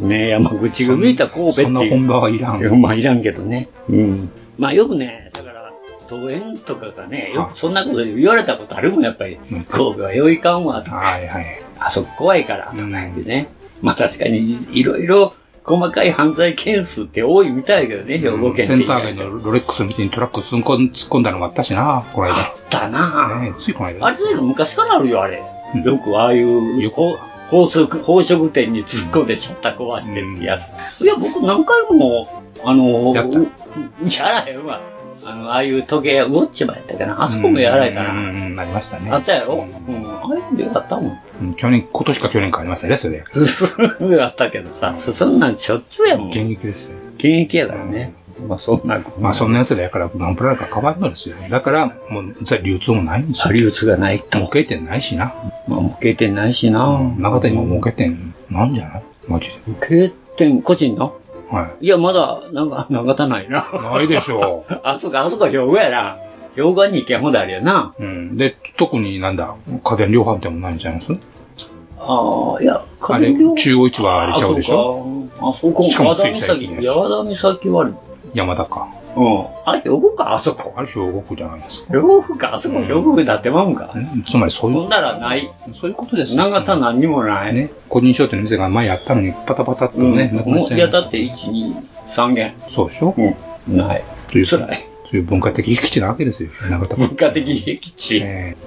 S8: ねえ、山口組いたら神戸っていう。そんな本
S7: 場はいら
S8: ん。まあ、いらんけどね。うん。まあ、よくね、だから、登園とかがね、よくそんなこと言われたことあるもん、やっぱり。神戸はよいかんわ、とか。
S7: はいはい。
S8: あそこ怖いから、とか言ってね。まあ、確かに、いろいろ、細かい犯罪件数って多いみたいやけどね、兵庫県って
S7: センター街のロレックスみたいにトラック突っ込ん突っ込んだのもあったしな、この間。あった
S8: な、
S7: ね、ついこの間。
S8: あれずいぶん昔からあるよ、あれ。よくああいう、こう宝飾、宝飾店に突っ込んでシャッター壊してってやつ。いや、僕何回も、あの、やらへんわ。あの、ああいう時計、ウォッチマンやったかな。あそこもやられた
S7: うんう
S8: な。
S7: んうん、なりましたね。
S8: あったやろうん。あれでよかったもん。
S7: うん去年、今年か去年かありましたね、それ。
S8: あったけどさ、そんなんしょっちゅうやもん。
S7: 現役ですよ。
S8: 現役やからね。まあそんな、
S7: まあそんなやつらやから、ガンプラなんか変わるのですよね。だから、もう、実は流通もないんですよ。
S8: 流通がないと。
S7: 模型店ないしな。
S8: まあ模型店ないしな。
S7: 中谷も模型店なんじゃないマジで。
S8: 経典、個人の
S7: はい
S8: や、まだ、なんか、なんか足ないな。
S7: ないでしょ
S8: う。 あ、そうか、あそこは標語やな。標語に行けんほどあるよな。
S7: い。うん。で、特になんだ、家電量販店もないんちゃいます
S8: ああ、いや、
S7: あれ、中央市場あれちゃうでしょ
S8: あ、そうか。あ、
S7: し
S8: そ
S7: か
S8: こ、
S7: も
S8: 和
S7: つ
S8: 田
S7: い最
S8: 岬
S7: 近、
S8: 和田岬はある。
S7: 山田か。
S8: うん。あれ、兵庫か、あそこ。
S7: あれ、兵庫区じゃないですか。
S8: 兵庫か、あそこ、兵庫区だってまうんか。
S7: つまりそういう
S8: ほんならない。
S7: そういうことです
S8: 長田何にもない。
S7: ね、個人商店の店が前あったのに、パタパタっと
S8: うん
S7: ね、なくな
S8: も
S7: っ
S8: う、
S7: ち
S8: い
S7: ゃい
S8: や、
S7: ま
S8: だ
S7: し
S8: って、1、2、3軒。
S7: た。そうでしょ
S8: うん。ない。
S7: という、
S8: 辛い。
S7: という文化的僻地なわけですよ。長田
S8: 文化的 僻地。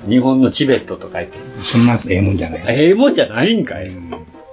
S8: 日本のチベットと書いて。
S7: そんなええもんじゃない。
S8: ええもんじゃないんかい。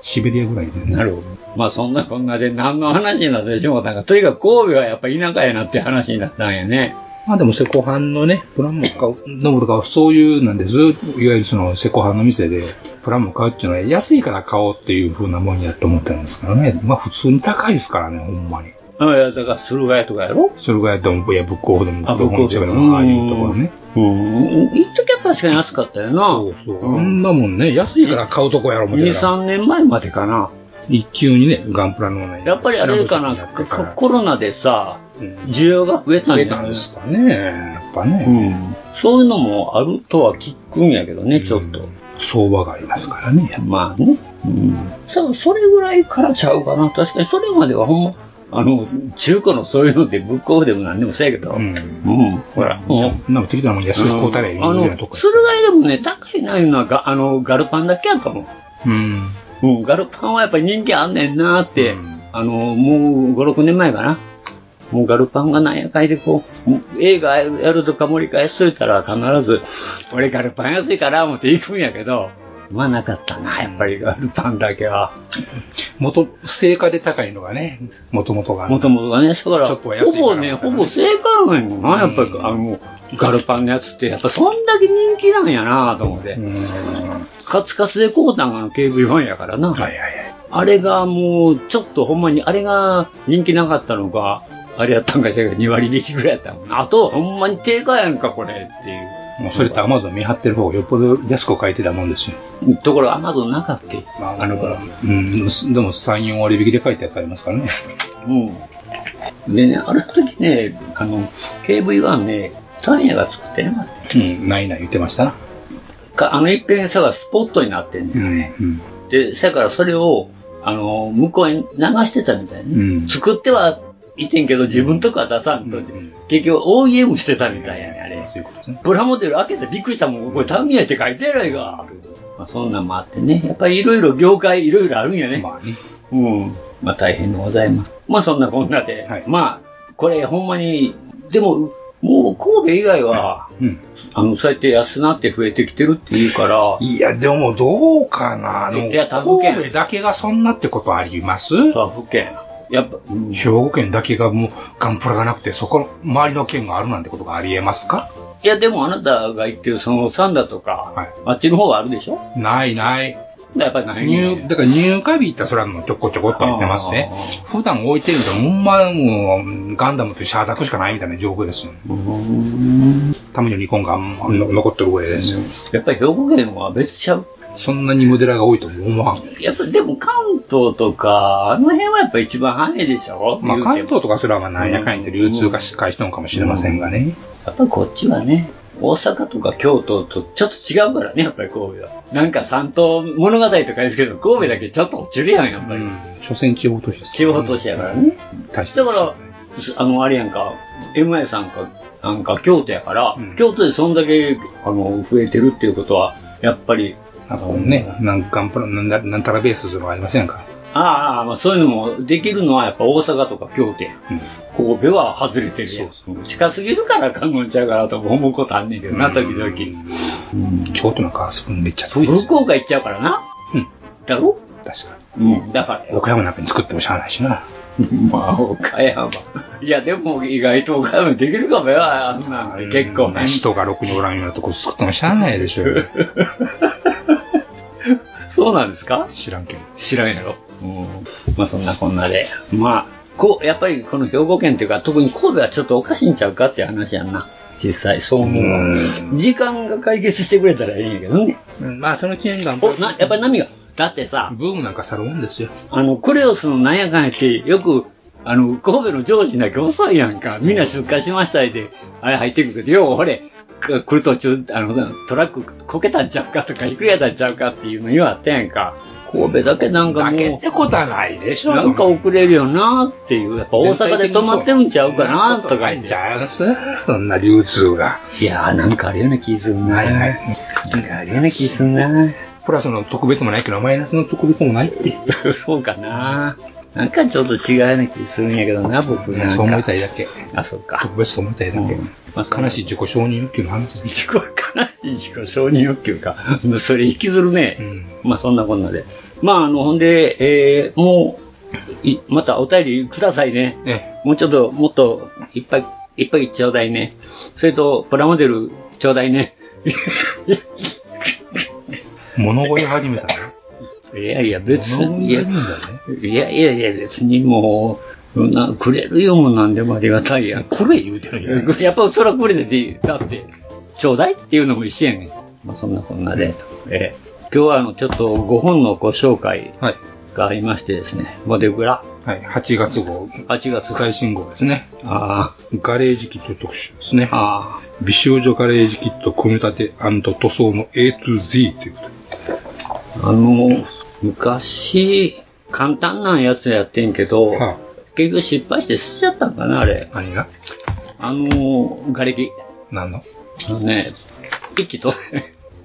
S7: シベリアぐらいでね。
S8: なるほど。まあそんなこんなで何の話になってしもうたんか。とにかく神戸はやっぱ田舎やなって話になったんやね。
S7: まあでも、セコハンのね、プラモ買う、飲むとか、そういうなんです。いわゆるその、セコハンの店で、プラモ買うっていうのは、安いから買おうっていう風なもんやと思ってるんですからね。まあ、普通に高いですからね、ほんまに。
S8: あいや、だから駿河屋とかやろ
S7: それぐらいでも、いや、ブックオフでも、
S8: あ
S7: どこも
S8: ブックオフでも
S7: 違うのああいうところね。
S8: うん。一時は確かに安かったよな。そう
S7: そう。あんなもんね、安いから買うとこやろ、思って
S8: 2、
S7: たら。
S8: 3年前までかな。
S7: 一級にね、ガンプラのね。
S8: やっぱりあれかな、かコロナでさ、需要が増えたんじゃないです
S7: かね。やっぱね。
S8: うん。そういうのもあるとは聞くんやけどね、ちょっと。
S7: 相場がありますからね。
S8: まあね。うん。そそれぐらいからちゃうかな。確かに、それまではほんま、あの、中古のそういうのってブックオフでも何でもそうやけど、うん。ほら、もう。
S7: なんか適当なもん安く買うたらいいみ
S8: あ
S7: たいな
S8: の
S7: とこ、
S8: 駿河屋でもね、高いないのはが、あの、ガルパンだけやんかも。
S7: うん。
S8: うん、ガルパンはやっぱり人気あんねんなーって、あの、もう5、6年前かな。もうガルパンがなんやかいでこう、もう映画やるとか盛り返しといたら必ず、俺ガルパン安いから思って行くんやけど、まあなかったな、やっぱりガルパンだけは。
S7: 元、成果で高いのがね、もともとが。
S8: もともとがね、だから、
S7: ちょっと
S8: ほ
S7: は安いから
S8: ぼね、ほぼ正解なんやな、やっぱり、あの、ガルパンのやつって、やっぱそんだけ人気なんやなと思って。カツカツでこうたんが KV1 やからな。あれがもう、ちょっとほんまに、あれが人気なかったのか、あれやったんかしら2割引きぐらいやったもんなあと、ほんまに低価やんか、これっていう。
S7: もうそれとアマゾン見張ってる方がよっぽど安く書いてたもんですよ。
S8: ところアマゾンなかった。あの頃。
S7: うん、でも3、4割引きで書いたやつあります からね。
S8: うん。でね、ある時ね、あの、KV1 ね、タンヤが作ってなかった。
S7: うん、ないない言ってましたな。
S8: かあの一遍さがスポットになってんね
S7: うん、うん、
S8: で、そやからそれを、あの、向こうに流してたみたいね。
S7: うん。
S8: 作ってはいてんけど、自分とか出さんと、結局 OEM してたみたいやね、あれ。プラモデル開けてびっくりしたもん、これタミヤって書いてないか。まあ、そんなんもあってね。やっぱりいろいろ業界いろいろあるんやね。まあうん。まあ大変でございます。まあそんなこんなで。まあ、これほんまに、でも、もう神戸以外は、
S7: うん。
S8: あの、そうやって安なって増えてきてるっていうから。
S7: いや、でもどうかな。
S8: いや、他府
S7: 神
S8: 県。
S7: 戸だけがそんなってことあります
S8: 他府県。やっぱ、
S7: 兵庫県だけがもうガンプラがなくて、そこ、周りの県があるなんてことがありえますか
S8: いや、でもあなたが言ってるそのサンダとか、あっちの方はあるでしょ
S7: ないない。
S8: やっぱりないね
S7: 入、だから入荷日行ったらそれはもうちょこちょこっと入ってますね。普段置いてると、ほんまもう、ガンダムとシャーダクしかないみたいな状況ですよ。ためにニコンがあんまの残ってるぐらいですよ。
S8: やっぱり兵庫県は別ちゃう
S7: そんなにモデラーが多いと思わん。
S8: やっぱでも関東とか、あの辺はやっぱ一番早いでしょ
S7: まあ
S8: 言うて
S7: 関
S8: も
S7: 東とかそれはまあなんやかんやって流通がしっかりしたのかもしれませんがね。
S8: やっぱりこっちはね、大阪とか京都とちょっと違うからね、やっぱり神戸は。なんか三島物語とかですけど、神戸だけちょっと落ちるやん、やっぱり。
S7: 所詮地方都市です。
S8: 地方都市やからね。
S7: だ
S8: から、あの、あれやんか、MI さんか、なんか京都やから、京都でそんだけ、あの、増えてるっていうことは、やっぱり、
S7: なんかね、なんかガンプラ、なんだなんたらベースとかありませんか。
S8: ああああ、まあそういうのもできるのはやっぱ大阪とか京都や、神戸は外れてるやん近すぎるからかんのんちゃうかなと思うことあんねんけどな、時々。
S7: 京都なんかあそこめっちゃ遠いですよ。
S8: 福岡行っちゃうからな。だろ
S7: 確か
S8: に。うん、だからよ。
S7: 岡山なんかに作ってもしゃあないしな。
S8: まあ、岡山。いや、でも意外と岡山できるかもよ、あんなんて結構
S7: ね。人が6人おらんようなとこ作ってもしゃあないでしょ。
S8: そうなんですか
S7: 知らんけど。
S8: 知らんやろ。うん。まあそんなこんなで。まあ、こう、やっぱりこの兵庫県というか、特に神戸はちょっとおかしいんちゃうかっていう話やんな。実際、そう思うわ時間が解決してくれたらいいんやけどね。
S7: まあ、その記念が、
S8: お、な、やっぱり波が。だってさ、
S7: ブームなんか去るもんですよ。
S8: あの、クレオスのなんやかんやって、よく、あの、神戸の上司だけ遅いやんか。みんな出荷しましたいで、あれ入ってくるけど、よう、俺、く来る途中、あの、トラックこけたんちゃうかとか、いくらやったんちゃうかっていうの言わあったやんか。神戸だけなんかもう、
S7: ってことはないでしょ。
S8: なんか遅れるよなっていう、やっぱ大阪で止まってるんちゃうかなとか言って。
S7: ちゃうそんな流通が。
S8: いやー、なんかあるような気すんな。なんかあるような気すんな。
S7: プラスの特別もないけど、マイナスの特別もないって。
S8: そうかな。なんかちょっと違うような気するんやけどな、僕なんか。
S7: そう思いたいだけ。
S8: あ、そうか。
S7: 特別と思いたいだけ。
S8: まあそう
S7: 悲しい自己承認欲求の話です。
S8: 自己、悲しい自己承認欲求か。 それ引きずるね。まあそんなこんなで。まああの、ほんで、えー、もう、いまたお便りくださいね。もうちょっと、もっと、いっぱい、いっぱいちょうだいね。それと、プラモデルちょうだいね。
S7: 物乞い始めたね。
S8: いやいや、別に、いや
S7: 物乞い始
S8: いやいやいや、別にもう、なくれるよもなんでもありがたいやん。
S7: くれ言うてるんや。
S8: やっぱそれはこれでいい。だって、ちょうだいっていうのも一緒やねん。まあそんなこんなで。えー今日はあの、ちょっと5本のご紹介がありましてですね。モデグラ。
S7: はい、8月号。
S8: 8月。
S7: 最新号ですね。
S8: あ
S7: ガレージキット特集ですね。
S8: あ
S7: 美少女ガレージキット組み立て塗装の A to Z ということで。
S8: あの、昔、簡単なやつやってんけど、結局失敗して捨てちゃったんかな、あれ。
S7: 何が
S8: あの、瓦礫。
S7: 何の
S8: あのね、ピッチと、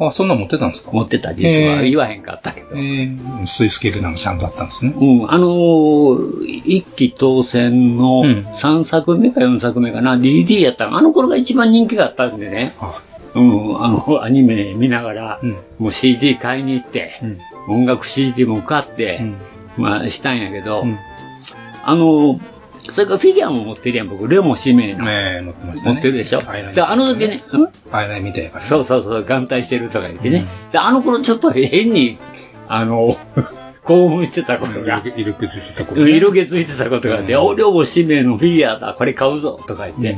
S7: あ、そんなん持ってたんですか
S8: 持ってた、実は。
S7: へー
S8: 言わへんかったけど。
S7: えー、スイスケールなんかちゃんとあったんですね。
S8: うん、あのー一期当選の3作目か4作目かな、DD やったの。あの頃が一番人気があったんでね。うん、あの、アニメ見ながら、もう CD 買いに行って、音楽 CD も買って、まあしたんやけど、あのーそれからフィギュアも持ってるやん、僕、レオも指名の。
S7: 持ってました
S8: 持
S7: ね。
S8: ってるでしょ。
S7: アイライン
S8: じゃあ、あの時ね、うん
S7: あれないみたいやから。
S8: そうそうそう、眼帯してるとか言ってね。であの頃ちょっと変に、あの、 興奮してたことが。
S7: 色気づいてたことね
S8: 色気づいてたことがあって、お両方氏名のフィギュアだ、これ買うぞ、とか言って、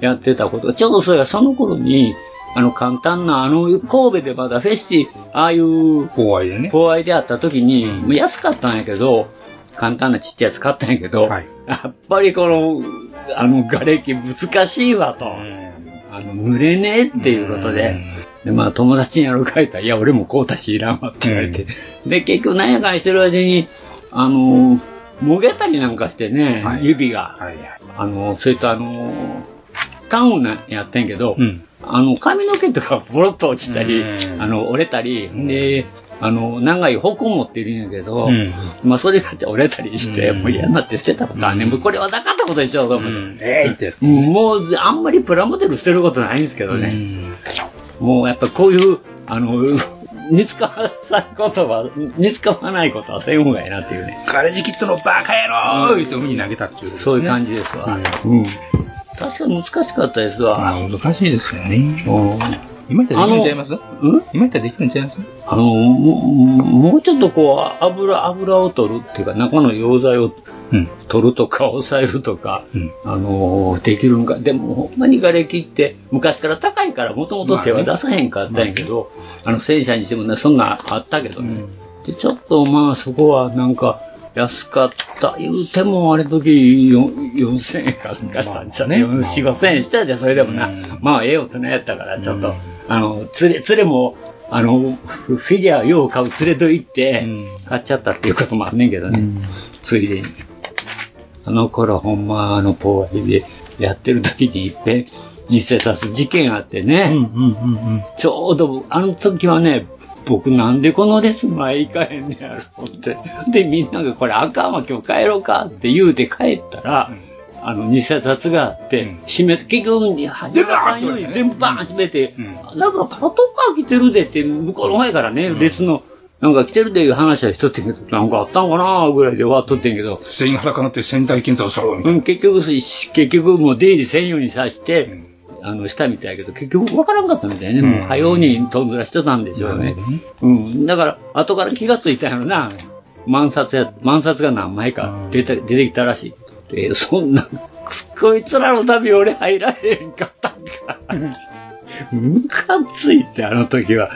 S8: やってたことが。ちょうどそれがその頃に、あの、簡単な、あの、神戸でまだフェスティ、ああいう、
S7: フォアイでね。
S8: フォアイであった時に、もう安かったんやけど、簡単なちっちゃいやつ買ったんやけど、やっぱりこの、あの、瓦礫難しいわと。あの、濡れねえっていうことで、で、まあ友達にやろうか言ったら、いや、俺もこうたしいらんわって言われて、で、結局なんやかんやしてる間に、あの、もげたりなんかしてね、指が。あの、それとあの、タウンなんやってんけど、あの、髪の毛とかボロッと落ちたり、あの、折れたり、で、あの、長い矛持ってるんやけど、
S7: うん
S8: まあ、それだって折れたりして、もう嫌になって捨てたことはね、もうこれはなかったことでしょうと思って、
S7: えーって。
S8: うんもう、あんまりプラモデル捨てることないんですけどね。もうやっぱこういう、あの、見つからさんことは、見つからないことはせん方がいいなっていうね。
S7: ガレージキットのバカ野郎言って海に投げたっていう、
S8: そういう感じですわ。うん。確か難しかったですわ。
S7: 難しいですよね。今言ったらできるんちゃいます
S8: うん
S7: 今言ったらできるんちゃいます
S8: あの、もももうちょっとこう、油、油を取るっていうか、中の溶剤を取るとか、抑えるとか、あの、できるんか。でも、ほんまに瓦礫って、昔から高いから、もともと手は出さへんかったんやけど、あの、戦車にしてもね、そんなんあったけどね。で、ちょっとまあ、そこはなんか、安かった。言うても、あれ時、よ4000円かなんかしたんちゃうね。4、5000円したじゃん、それでもな。まあ、ええ大人やったから、ちょっと、あの、連れ、連れも、あの、フフィギュアよう買う連れと行って、買っちゃったっていうこともあんねんけどね。ついでに。あの頃、ほんま、あの、ポーアイでやってる時にいっぺん、偽札事件あってね。ちょうど、あの時はね、僕なんでこのレッスン前行かへんねやろって。で、みんながこれあかんわ、今日帰ろうかって言うて帰ったら、あの、偽札があって、閉めて、結局、出たように全部バーン閉めて、なんかパトカー来てるでって、向こうの方やからね、レッスンのなんか来てるっていう話はしとってんけど、なんかあったんかなぐらいで終わっとってんけど。
S7: 全員裸になって身体検査をしろみ
S8: たいな。うん、結局、結局もう出入り専用にさして、うんあの、したみたいけど、結局分からんかったみたいね。もう、早うにとんずらしてたんでしょうね。うん。だから、後から気がついたんやろな。万札や、万札が何枚か出て、出てきたらしい。で、そんな、こいつらの旅俺入られへんかったんか。 ムカついて、あの時は。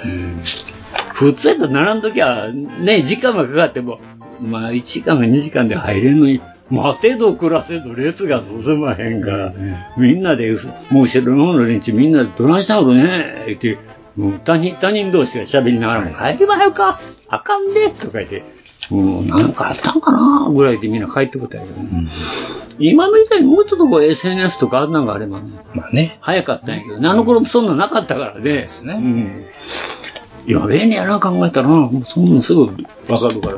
S8: 普通やったら並ん時は、ね、時間がかかっても、まあ、1時間か2時間で入れんのに、待てど暮らせど列が進まへんから、みんなで、もう後ろの方の連中みんなでどないしたのねって、もう他人他人同士が喋りながら、もう帰りまよか、あかんで、とか言って、もうなんかあったんかなぐらいでみんな帰ってこたけどね。うん、今みたいにもうちょっとこう SNS とかあんなんがあればね。
S7: まあね。
S8: 早かったんやけど、ね、あの頃そんななかったからね。ですね。うん。やべえねやな、考えたらな。そんなんすぐわかるから。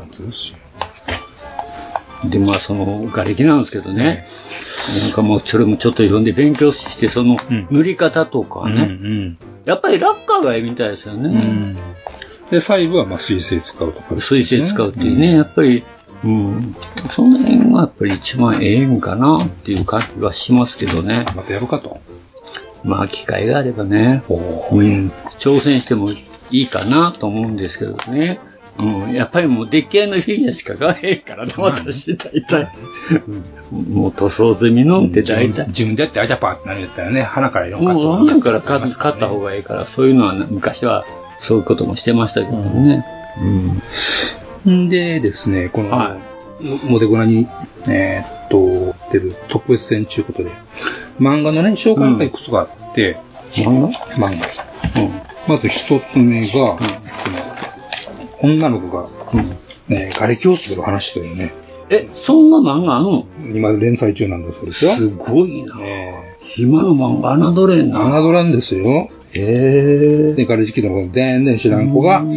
S8: で、まあ、その、瓦礫なんですけどね、なんかもう、それもちょっと読んで勉強して、その、塗り方とかね、うんうんやっぱりラッカーがええみたいですよね。うん、
S7: で、細部は、まあ、水性使うとか、ね、
S8: 水性使うっていうね、やっぱり、うん、その辺がやっぱり一番ええんかなっていう感じはしますけどね。
S7: またやるかと。
S8: まあ、機会があればね、うん、挑戦してもいいかなと思うんですけどね。うん、やっぱりもう出来合いのフィギュアしか買えへんからね、私、大体。もう塗装済みのって大体。
S7: 自分でやってあいたパーって何やったらね、花から4
S8: 回。もう花から買った方がいいから、そういうのは昔はそういうこともしてましたけどね。
S7: うん。でですね、この、はい、モデゴナに、えっと、出る特別戦ということで、漫画のね、紹介がいくつかあって、
S8: 漫画
S7: 漫画。うん。まず一つ目が、この女の子が、うん、えー、瓦礫をする話というね。
S8: え、そんな漫画あんの
S7: 今連載中なんだそうですよ。
S8: すごいな、えー、今の漫画侮れんな。
S7: 侮れんですよ。
S8: へえ。
S7: で、瓦礫のこと全然知らん子が、あの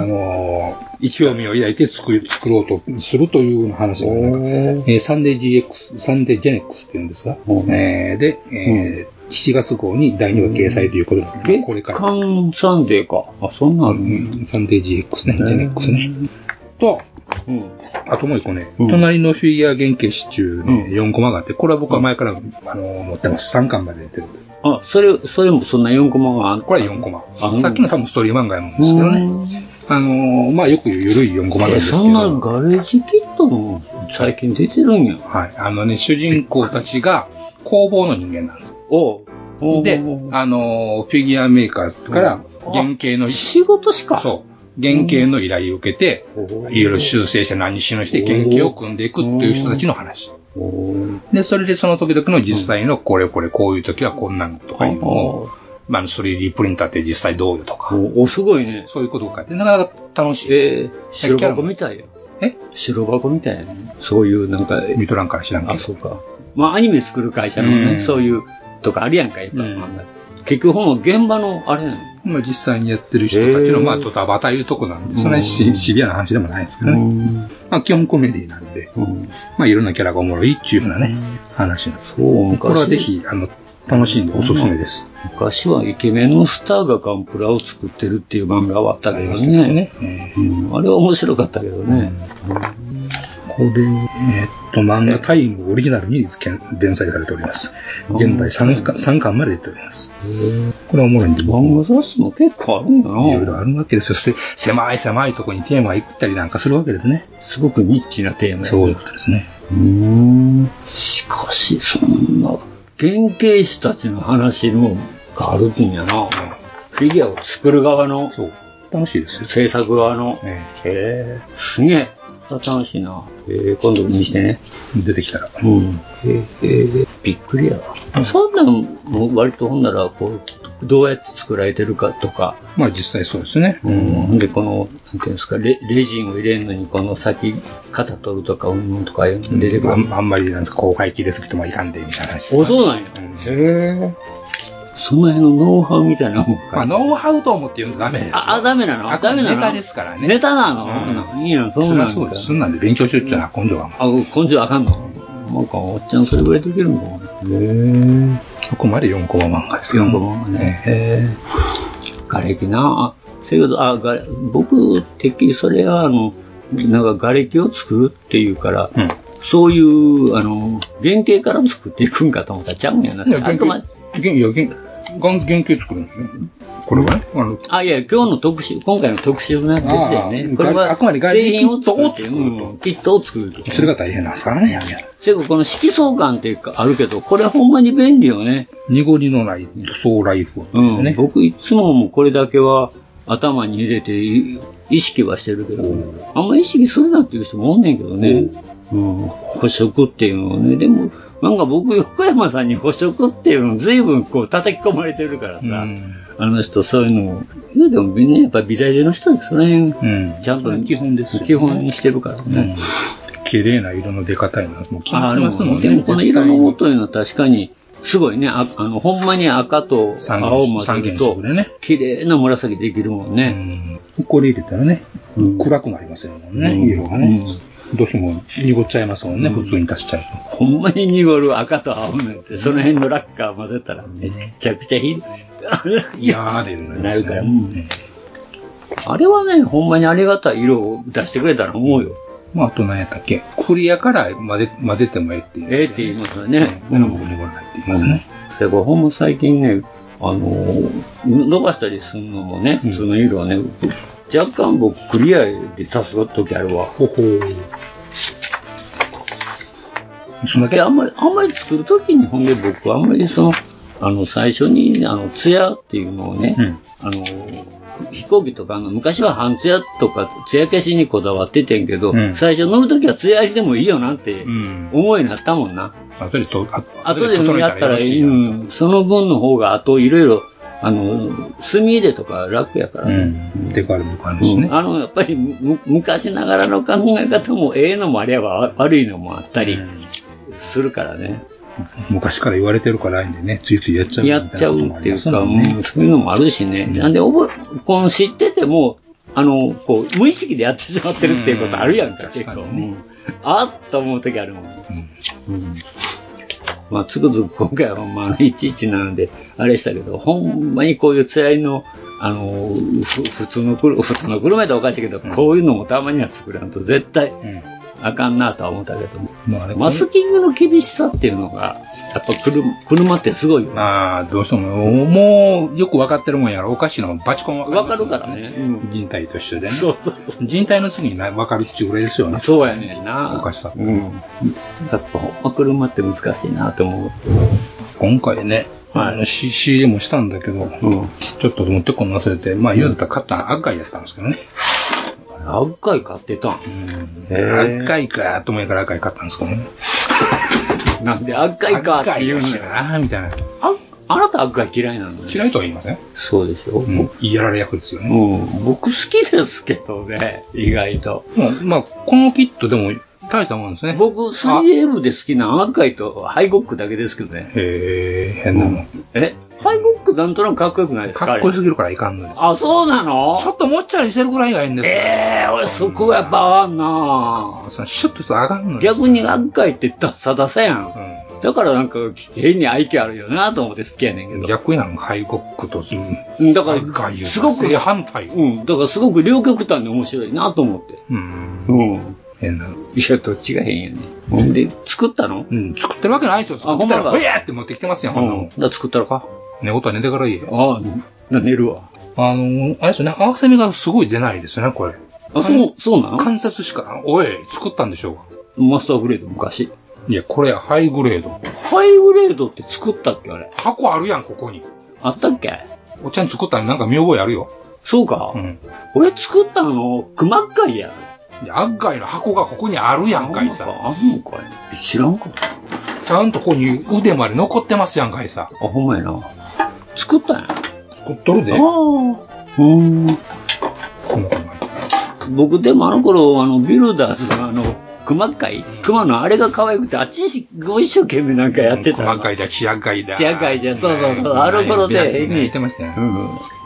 S7: ー、一興味を抱いて作作ろうとするというような話が、ね、えー、サンデー GX、サンデージェネックスっていうんですが、うん、えー、で、えー、うん7月号に第2話掲載ということで、
S8: うん、これから。月刊サンデーか。あ、そんなある、うん、
S7: サンデー GX ね、ジェネックスね。と、うん、あともう一個ね、うん、隣のフィギュア原型支柱ね、4コマがあって、これは僕は前から、あのー、持ってます。3巻まで出てる。
S8: あ、それ、それもそんな4コマがあ
S7: るこれは4コマ。さっきの多分ストーリー漫画やもんですけどね。あのー、まあよく言う緩い4コマなんですけど。
S8: そんなガレージキットも最近出てるんや。
S7: はい。あのね、主人公たちが工房の人間なんです。
S8: お
S7: で、あのー、フィギュアメーカーから原型の、
S8: 仕事しか。
S7: そう。原型の依頼を受けて、いろいろ修正して何しろして原型を組んでいくっていう人たちの話。で、それでその時々の実際のこれこれこういう時はこんなのとかいうのを、まあ、3D プリンターって実際どうよとか。
S8: お、すごいね。
S7: そういうことを書いて、なかなか楽しい。
S8: えー、白箱みたいや。
S7: え
S8: 白箱みたいやね。そういうなんか。
S7: 見とらんから知らんけど。
S8: あ、そうか。まあ、アニメ作る会社のね、そういうとかあるやんか、やっぱ。結局、ほの現場のあれやん。
S7: まあ、実際にやってる人たちの、まあ、ドタバタいうとこなんで、そんなにシビアな話でもないんですけどね。まあ、基本コメディなんで、まあ、いろんなキャラがおもろいっていうふうなね、話なんです。これはぜひ、あの、楽しんでおすすめです。
S8: 昔はイケメンのスターがガンプラを作ってるっていう漫画はあったけどね。あれは面白かったけどね。
S7: これ、えっと、漫画タイムオリジナルに連載されております。現在 3, 3巻まで出ております。これはおもろいんで。
S8: 漫画雑誌も結構あるんだな。
S7: いろいろあるわけですよ。せ狭い狭いとこにテーマが行ったりなんかするわけですね。
S8: すごくニッチなテーマ
S7: そういうことですね。
S8: うん。しかし、そんな、原型師たちの話もあるんやな。フィギュアを作る側の。
S7: そう。楽しいですよ。
S8: 制作側の。へえ。すげえ。楽しいな。えー、今度見してね。
S7: 出てきたら。
S8: うん。えー、えー、びっくりやわ。そんなんも割とほんなら、こう、どうやって作られてるかとか。
S7: まあ実際そうですね。
S8: うん。で、この、なんていうんですか、レレジンを入れるのに、この先、肩取るとか、うんぬんとか出てくる、
S7: うんあ。あんまり、なんですか、公開切れすぎてもいかんで、みたいな話、
S8: ね。お、そうなんや。うん、へえ。その辺のノウハウみたいなもん
S7: まあ、ノウハウと思って言うんだダメです。
S8: あ、ダメなのダメなの
S7: ネタですからね。
S8: ネタなの、いいな、そうなん
S7: だ。そうです。そんなんで勉強しよっちゃな、根性が。
S8: あ、根性あかんのなんか、おっちゃんそれぐらいできるのか
S7: へ
S8: な。
S7: え。ここまで4コマ漫画です
S8: よ。4コマ漫画ね。へえ。瓦礫な。それけど、あ、が僕、てっきりそれは、あの、なんか瓦礫を作るっていうから、そういう、あの、原型から作っていくんかと思ったらちゃうんやな。
S7: いや、原
S8: あくま
S7: 型、原いや原原原型作るんですね。これはね、あの、
S8: あ、いや、今日の特集、今回の特集なんですよ
S7: あ
S8: ね。
S7: あ
S8: これは、
S7: あくまで外
S8: 製
S7: 壁キ
S8: 品を
S7: ット
S8: 作
S7: を
S8: って、うん、キットを作ると。
S7: それが大変なんですからね、やめや。
S8: せやからこの色相感っていうかあるけど、これはほんまに便利よね。
S7: 濁りのない塗装ライフ、
S8: うん。僕いつももうこれだけは頭に入れてい意識はしてるけど、あんま意識するなっていう人もおんねんけどね。うん。捕食っていうのをね。でも、なんか僕、横山さんに捕食っていうの随分こう叩き込まれてるからさ、あの人そういうのを、言うてもみんなやっぱ美大での人ですその辺、ちゃんと基本です、基本にしてるからね。
S7: 綺麗な色の出方になる。もう決ま
S8: あ
S7: っ
S8: で
S7: て
S8: も
S7: ますもん
S8: で
S7: ね。
S8: もこの色のというのは確かに、すごいね。ああの、ほんまに赤と青混ぜると、綺麗な紫できるもんね。
S7: これ入れたらね、暗くなりますよね、
S8: うん
S7: 色がね。どうしても濁っちゃいますもんね、普通に足しちゃうと。
S8: ほんまに濁る赤と青なんて、その辺のラッカー混ぜたらめちゃくちゃひどい。いやーでなるから。うんあれはね、ほんまにありがたい色を出してくれたら思うよ。
S7: まあ、あと何やったっけクリアから混ぜ混ぜてもええって言いますよね。ええって
S8: 言い
S7: う
S8: ますよね。
S7: ん、僕にこれないって言いますね。
S8: だからほんま最近ね、あのー伸ばしたりするのもね、その色はね、若干僕クリアで足す時あるわ。ほほそのけあんまり、あんまり作る時に、ほんで僕はあんまりその、あの、最初に、あの、艶っていうのをね、あのー、飛行機とかあの、昔は半艶とか、艶消しにこだわっててんけど、
S7: うん
S8: 最初乗る時は艶ありでもいいよなって、思いになったもんな。
S7: 後でと、あ
S8: 後で見合ったらいい、
S7: よろし
S8: うん、その分の方が、あといろいろ、あの、墨入れとか楽やから、ね
S7: いな。デカールも感じですね。
S8: あの、やっぱりむ昔ながらの考え方も、ええのもあれば悪いのもあったりするからね。
S7: 昔から言われてるからいいんでね、ついついやっちゃうみた
S8: や
S7: いな
S8: っ
S7: こ
S8: ちゃ
S7: と
S8: う
S7: もあり
S8: ってい
S7: ま
S8: う
S7: す
S8: か、
S7: も
S8: うん
S7: ね
S8: んそういうのもあるしね。なんで覚え、この知ってても、あの、こう、無意識でやってしまってるっていうことあるやんか、結構。うんあっと思う時あるもん。うんまあ、つくづく今回は、まあ、117で、あれしたけど、ほんまにこういうつらいの、あの、ふ普通の車、普通の車やったらおかしいけど、こういうのもたまには作らんと絶対、あかんなとは思ったけど、マスキングの厳しさっていうのが、やっぱ車車ってすごいよ。
S7: ああ、どうしても、もう、よく分かってるもんやろ。おかしいの、バチコン分か
S8: るからね。
S7: 人体と一緒でね。
S8: そうそうそう。
S7: 人体の次にな分かるっていうぐらいですよね。
S8: そうやねんな。
S7: おかしさ。
S8: うん。やっぱ、ほんま車って難しいなと思う。
S7: 今回ね、あの、し仕入れもしたんだけど、ちょっと持ってこんの忘れて、まあ、言うたら買ったん赤いやったんですけどね。
S8: 赤い買ってたんへ
S7: 赤いか、と思いながら赤い買ったんですけどね。
S8: なんで赤いかっていうの
S7: 赤いかなみたいな。
S8: あ、あなた赤い嫌いなのね。
S7: 嫌いとは言いません
S8: そうでしょ。
S7: うん。言いやられ役ですよね。
S8: うん。僕好きですけどね、意外と。
S7: まあ、このキットでも大したもんですね。
S8: 僕、3M で好きな赤いとハイゴックだけですけどね。
S7: へえ、変なの。
S8: え、ハイゴックなんとなくかっこよくないですか
S7: かっこよすぎ
S8: る。
S7: るからいかんのです。
S8: あ、そうなのちょ
S7: っともっちゃりしてるぐらいがいいんです
S8: ええ俺そこはやっぱ合わんな
S7: そシュッと上がんの
S8: 逆に赤いってダッサダサやん。だからなんか変に愛嬌あるよなと思って好きやねんけど。
S7: 逆やん、ハイゴックと、
S8: うん。だから、すごく、
S7: 正反対。
S8: うん。だからすごく両極端に面白いなと思って。
S7: うん。
S8: うん。
S7: 変な。
S8: いや、どっちが変やねん。ほんで、作ったの
S7: うん、作ってるわけないでしょ。
S8: あ、ほんま
S7: 作った。
S8: から
S7: ほやーって持ってきてますよ、ほんなもん。
S8: だ作ったらか。
S7: 寝言は寝てからいい
S8: ああ、寝るわ。
S7: あのー、あれですよね、合わせ目がすごい出ないですよね、これ。
S8: あ、そう、そうなの
S7: 観察しか、おい、作ったんでしょうか。
S8: マスターグレード、昔。
S7: いや、これはハイグレード。
S8: ハイグレードって作ったっけあれ。
S7: 箱あるやん、ここに。
S8: あったっけ
S7: おっちゃん作ったのなんか見覚えあるよ。
S8: そうか。
S7: うん。
S8: 俺作ったの、熊っかいや。
S7: いや、アッガイの箱がここにあるやんかいさ。
S8: あんのかい知らんか
S7: ちゃんとここに腕まで残ってますやんかいさ。
S8: あ、ほんまやな。作ったんや。
S7: 作っとるで。
S8: ああ。うん。僕でもあの頃、あの、ビルダーズのあの、熊っかい熊のあれが可愛くて、あっちにご一生懸命なんかやってたの。
S7: アッガイだ、チアッガイだ。
S8: チアガイじゃ、そうそうそう、
S7: ね
S8: あの頃
S7: ね
S8: で、変
S7: ね
S8: に
S7: 言っ、てましたよね。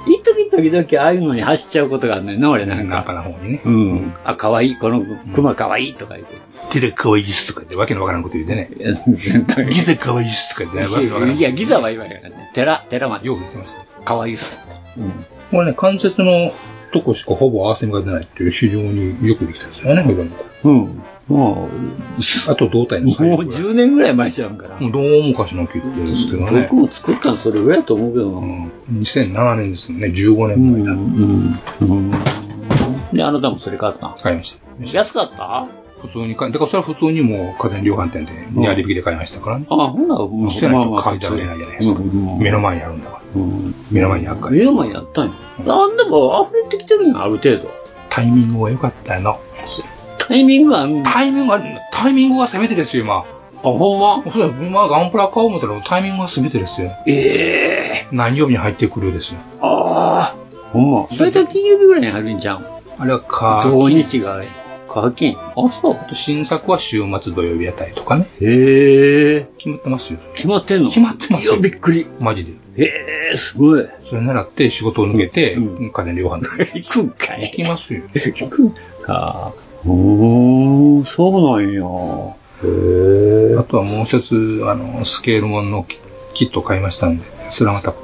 S8: 一時時々ああいうのに走っちゃうことがあるのよな、俺なんか。
S7: 中の方にね。
S8: うん。あ、可愛いこの熊可愛いとか言って。
S7: テレ可愛いですとかってわけのわからんこと言ってね。ギザ可愛い ですとかってわけのわからん。
S8: いや、ギザは言わへんからね。寺、寺まで。
S7: よく言ってました。
S8: 可愛いっす。うん。
S7: これね、関節のとこしかほぼ合わせ目が出ないっていう非常によくできたんですよね、今の子。
S8: うん。も
S7: あと胴体
S8: う、も
S7: の左右ぐら
S8: う
S7: い
S8: 10年ぐらい前じゃんから。
S7: もうどうもかしの切ってるんですけどね。
S8: 僕も作ったのそれぐらいだと思うけどな。
S7: 2007年ですもんね、15年前だ。
S8: うん。で、あなたもそれ買った
S7: 買いました。
S8: 安かった
S7: 普通に買い、だからそれは普通にもう家電量販店で2割引きで買いましたからね。
S8: あほんなら、も
S7: してないと買いたくないじゃないですか。目の前にあるんだから。目の前にあるから。
S8: 目の前にあったんや。なんでも溢れてきてるんや、ある程度。
S7: タイミングが良かったの。
S8: タイミングがあん
S7: タイミングが、タイミングが攻めてですよ、今。あ、
S8: ほんま
S7: そうだよ、今ガンプラ買おう思ったらタイミングが攻めてですよ。
S8: ええ
S7: 何曜日に入ってくるですよ。
S8: ああ。ほんま。大体金曜日ぐらいに入るんじゃん。
S7: あれは課
S8: 同日が課金。あ、そう。
S7: 新作は週末土曜日あたりとかね。
S8: へえ。
S7: 決まってますよ。
S8: 決まってんの
S7: 決まってますよ。いや、びっ
S8: くり。
S7: マジで。
S8: へえ、すごい。
S7: それ習って仕事を抜けて、家電量販店。
S8: 行くんかい。
S7: 行きます よ。
S8: 行くんか。おー、そうなんや。へえ。
S7: あとはもう一つ、あの、スケールもののキキットを買いましたんで、それはまた、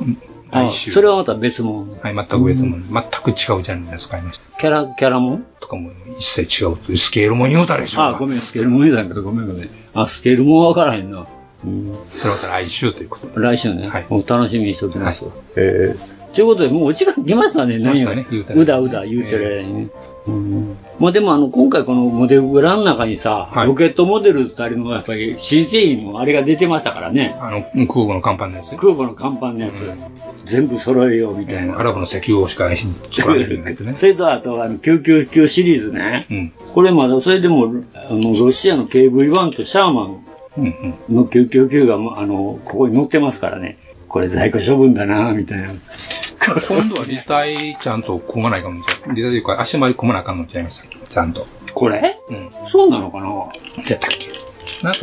S8: あそれはまた別物。
S7: はい、全く別物、全く違うジャンルのやつ買いました。
S8: キャラ、キャラもん
S7: とかも一切違うという、スケールもん言うたでしょ。
S8: あ、ごめん、スケールもんだけど、ごめんごめん。あ、スケールもんわからへんな。うん。
S7: それはまた来週ということで。
S8: 来週ね。はい。お楽しみにしておきます。ええ。ということで、もうお時間来ましたね、
S7: 来ました
S8: 何
S7: ね
S8: を
S7: 言うたら
S8: うだうだ言うてる間にね。うんまあでもあの、今回このモデル裏の中にさ、ロケットモデル二人のやっぱり新製品のあれが出てましたからね。
S7: あの、空母の甲板 のやつ。
S8: 空母の看板のやつ、全部揃えようみたいな。
S7: アラブの石油をしか作られるん ですね。
S8: それとあと、あの、999シリーズね。
S7: うん。
S8: これまだ、それでも、あの、ロシアの KV-1 とシャーマ
S7: うん
S8: ンの999が、まあの、ここに載ってますからね。これ在庫処分だな、みたいな。
S7: 今度は立体ちゃんと組まないかもしれない。立体というか足回り組まなあかんのちゃいましたっけちゃんと。
S8: これ
S7: うん。
S8: そうなのかな
S7: やったっけなんか、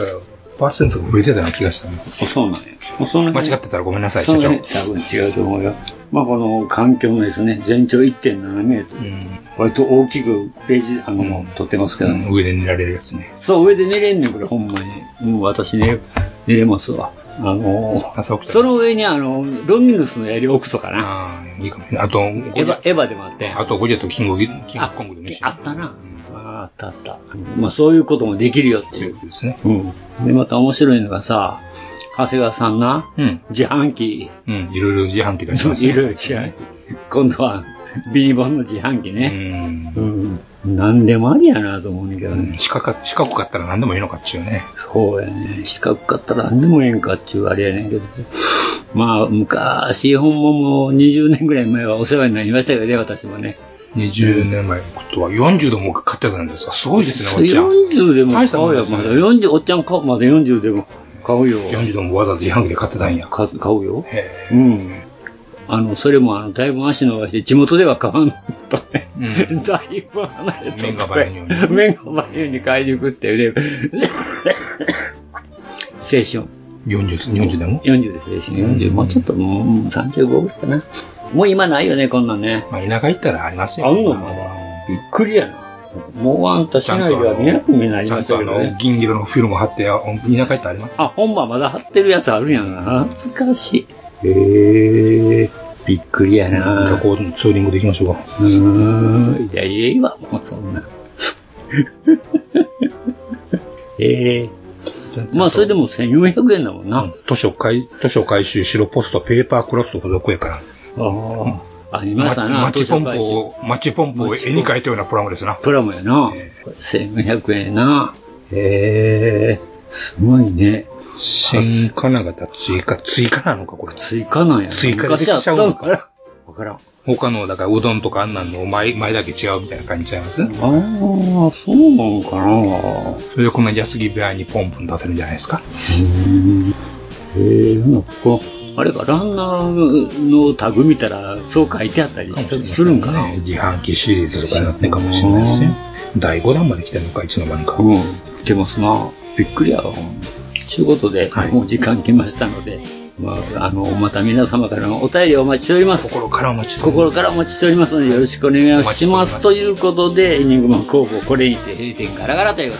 S7: パーセントが増えてたような気がしたね。
S8: そうなんや。もうその
S7: 間
S8: 辺
S7: 違ってたらごめんなさい、
S8: そ
S7: 社
S8: の
S7: 長。
S8: 辺多分違うと思うよ。まあ、この環境のですね、全長1.7メートル。割と大きくページ、あの、撮ってますけどね。
S7: 上で寝られるやつね。
S8: そう、上で寝れんねん、これ、ほんまに。もう私ね、寝れますわ。あのー、その上に、あの、ロミングスの槍置くとかな。
S7: いいかもねあと、エ
S8: エヴァ、エヴァでもあって。
S7: あとゴジェとキング、キングコングでね。
S8: あったな。あったあった。まあ、そういうこともできるよっていう。
S7: ですね。
S8: うん。で、また面白いのがさ、長谷川さんな、
S7: うん
S8: 自販機、
S7: うん、いろいろ自販機出します
S8: いろいろ自販機。今度は、ビニボンの自販機ね。うん。何でもありやなと思うねんだけどね。
S7: 四角か、四角かったら何でもいいのかっちゅうね。
S8: そうやね。四角かったら何でもええんかっちゅうあれやねんけど。まあ、昔、ほんまもう20年ぐらい前はお世話になりましたよね、私もね。
S7: 20年前のことは40度も買ってたんですかすごいですね、おっちゃん。
S8: 40でも買
S7: 大したも
S8: うんよ、
S7: ですね
S8: まだ。40、おっちゃん買う、まだ40でも買うよ。
S7: 40度もわざわざ自販機で買ってたんや。
S8: 買買うよ。
S7: へ
S8: うん。あの、それも、あの、だいぶ足伸ばして、地元では買わんとね。 だいぶ離れて。
S7: 麺がバレんように。
S8: 麺がバレんように買いに行くっていうね。 青春。
S7: 40、40でも
S8: ?40 ですね、40。もうちょっと、もううん35ぐらいかな。もう今ないよね、こんなんね。
S7: まあ、田舎行ったらありますよ。
S8: あるのかなびっくりやな。もうあんた市内では見なく見ない
S7: ちゃんとあ
S8: よね
S7: の、。銀色のフィルム貼って、あ田舎行ったらあります。
S8: あ、本番まだ貼ってるやつあるやんな。懐かしい。へえ。びっくりやな。
S7: じゃあこう、ツーリングで行きましょうか。
S8: うーん。いや、いいわ、もうそんな。 ええまあ、それでも1400円だもんな。
S7: 図書回、図書回収、白ポスト、ペーパークロスト付属やから。
S8: ああ。ありましたな、
S7: マチ
S8: 図
S7: ポ
S8: 書
S7: ンプ
S8: 館
S7: を、マチポンプを絵に描いたようなプラモですな。
S8: プラモやな。1400円やな。へえ。すごいね。
S7: 新加なが追加、追加なのか、これ。
S8: 追加なんやな。
S7: 追加ででき
S8: 昔
S7: ちゃ
S8: あった
S7: うの
S8: の
S7: か
S8: かな。わからん。
S7: 他の、だから、うどんとかあんなんの前、前だけ違うみたいな感じちゃいます
S8: ああ、そうなのかな。
S7: それでこんな安木部屋にポンプン出せるんじゃないですか。
S8: へえ、なんかこう、あれか、ランナーのタグ見たら、そう書いてあったりするんかな。
S7: 自販機シリーズとかになってるかもしれないですね。第5弾まで来てるのか、いつの間にか。
S8: うん、来てますな。びっくりやわ。ということで、もう時間来ましたので、まあ、あの、また皆様からのお便りをお待ちしております。
S7: 心からお待ちしております。
S8: 心からお待ちしておりますので、よろしくお願いします。ということで、エニグマ工房、これにて閉店ガラガラという、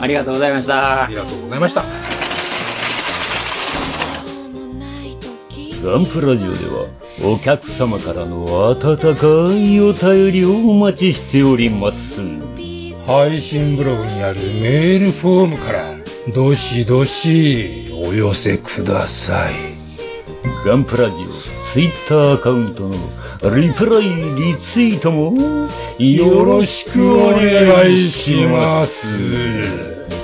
S8: ありがとうございました。あり
S7: がとうございました。
S10: ガンプラジオではお客様からの温かいお便りをお待ちしております
S7: 配信ブログにあるメールフォームからどしどしお寄せください
S10: ガンプラジオツイッターアカウントのリプライリツイートもよ
S7: よろしくお願いします。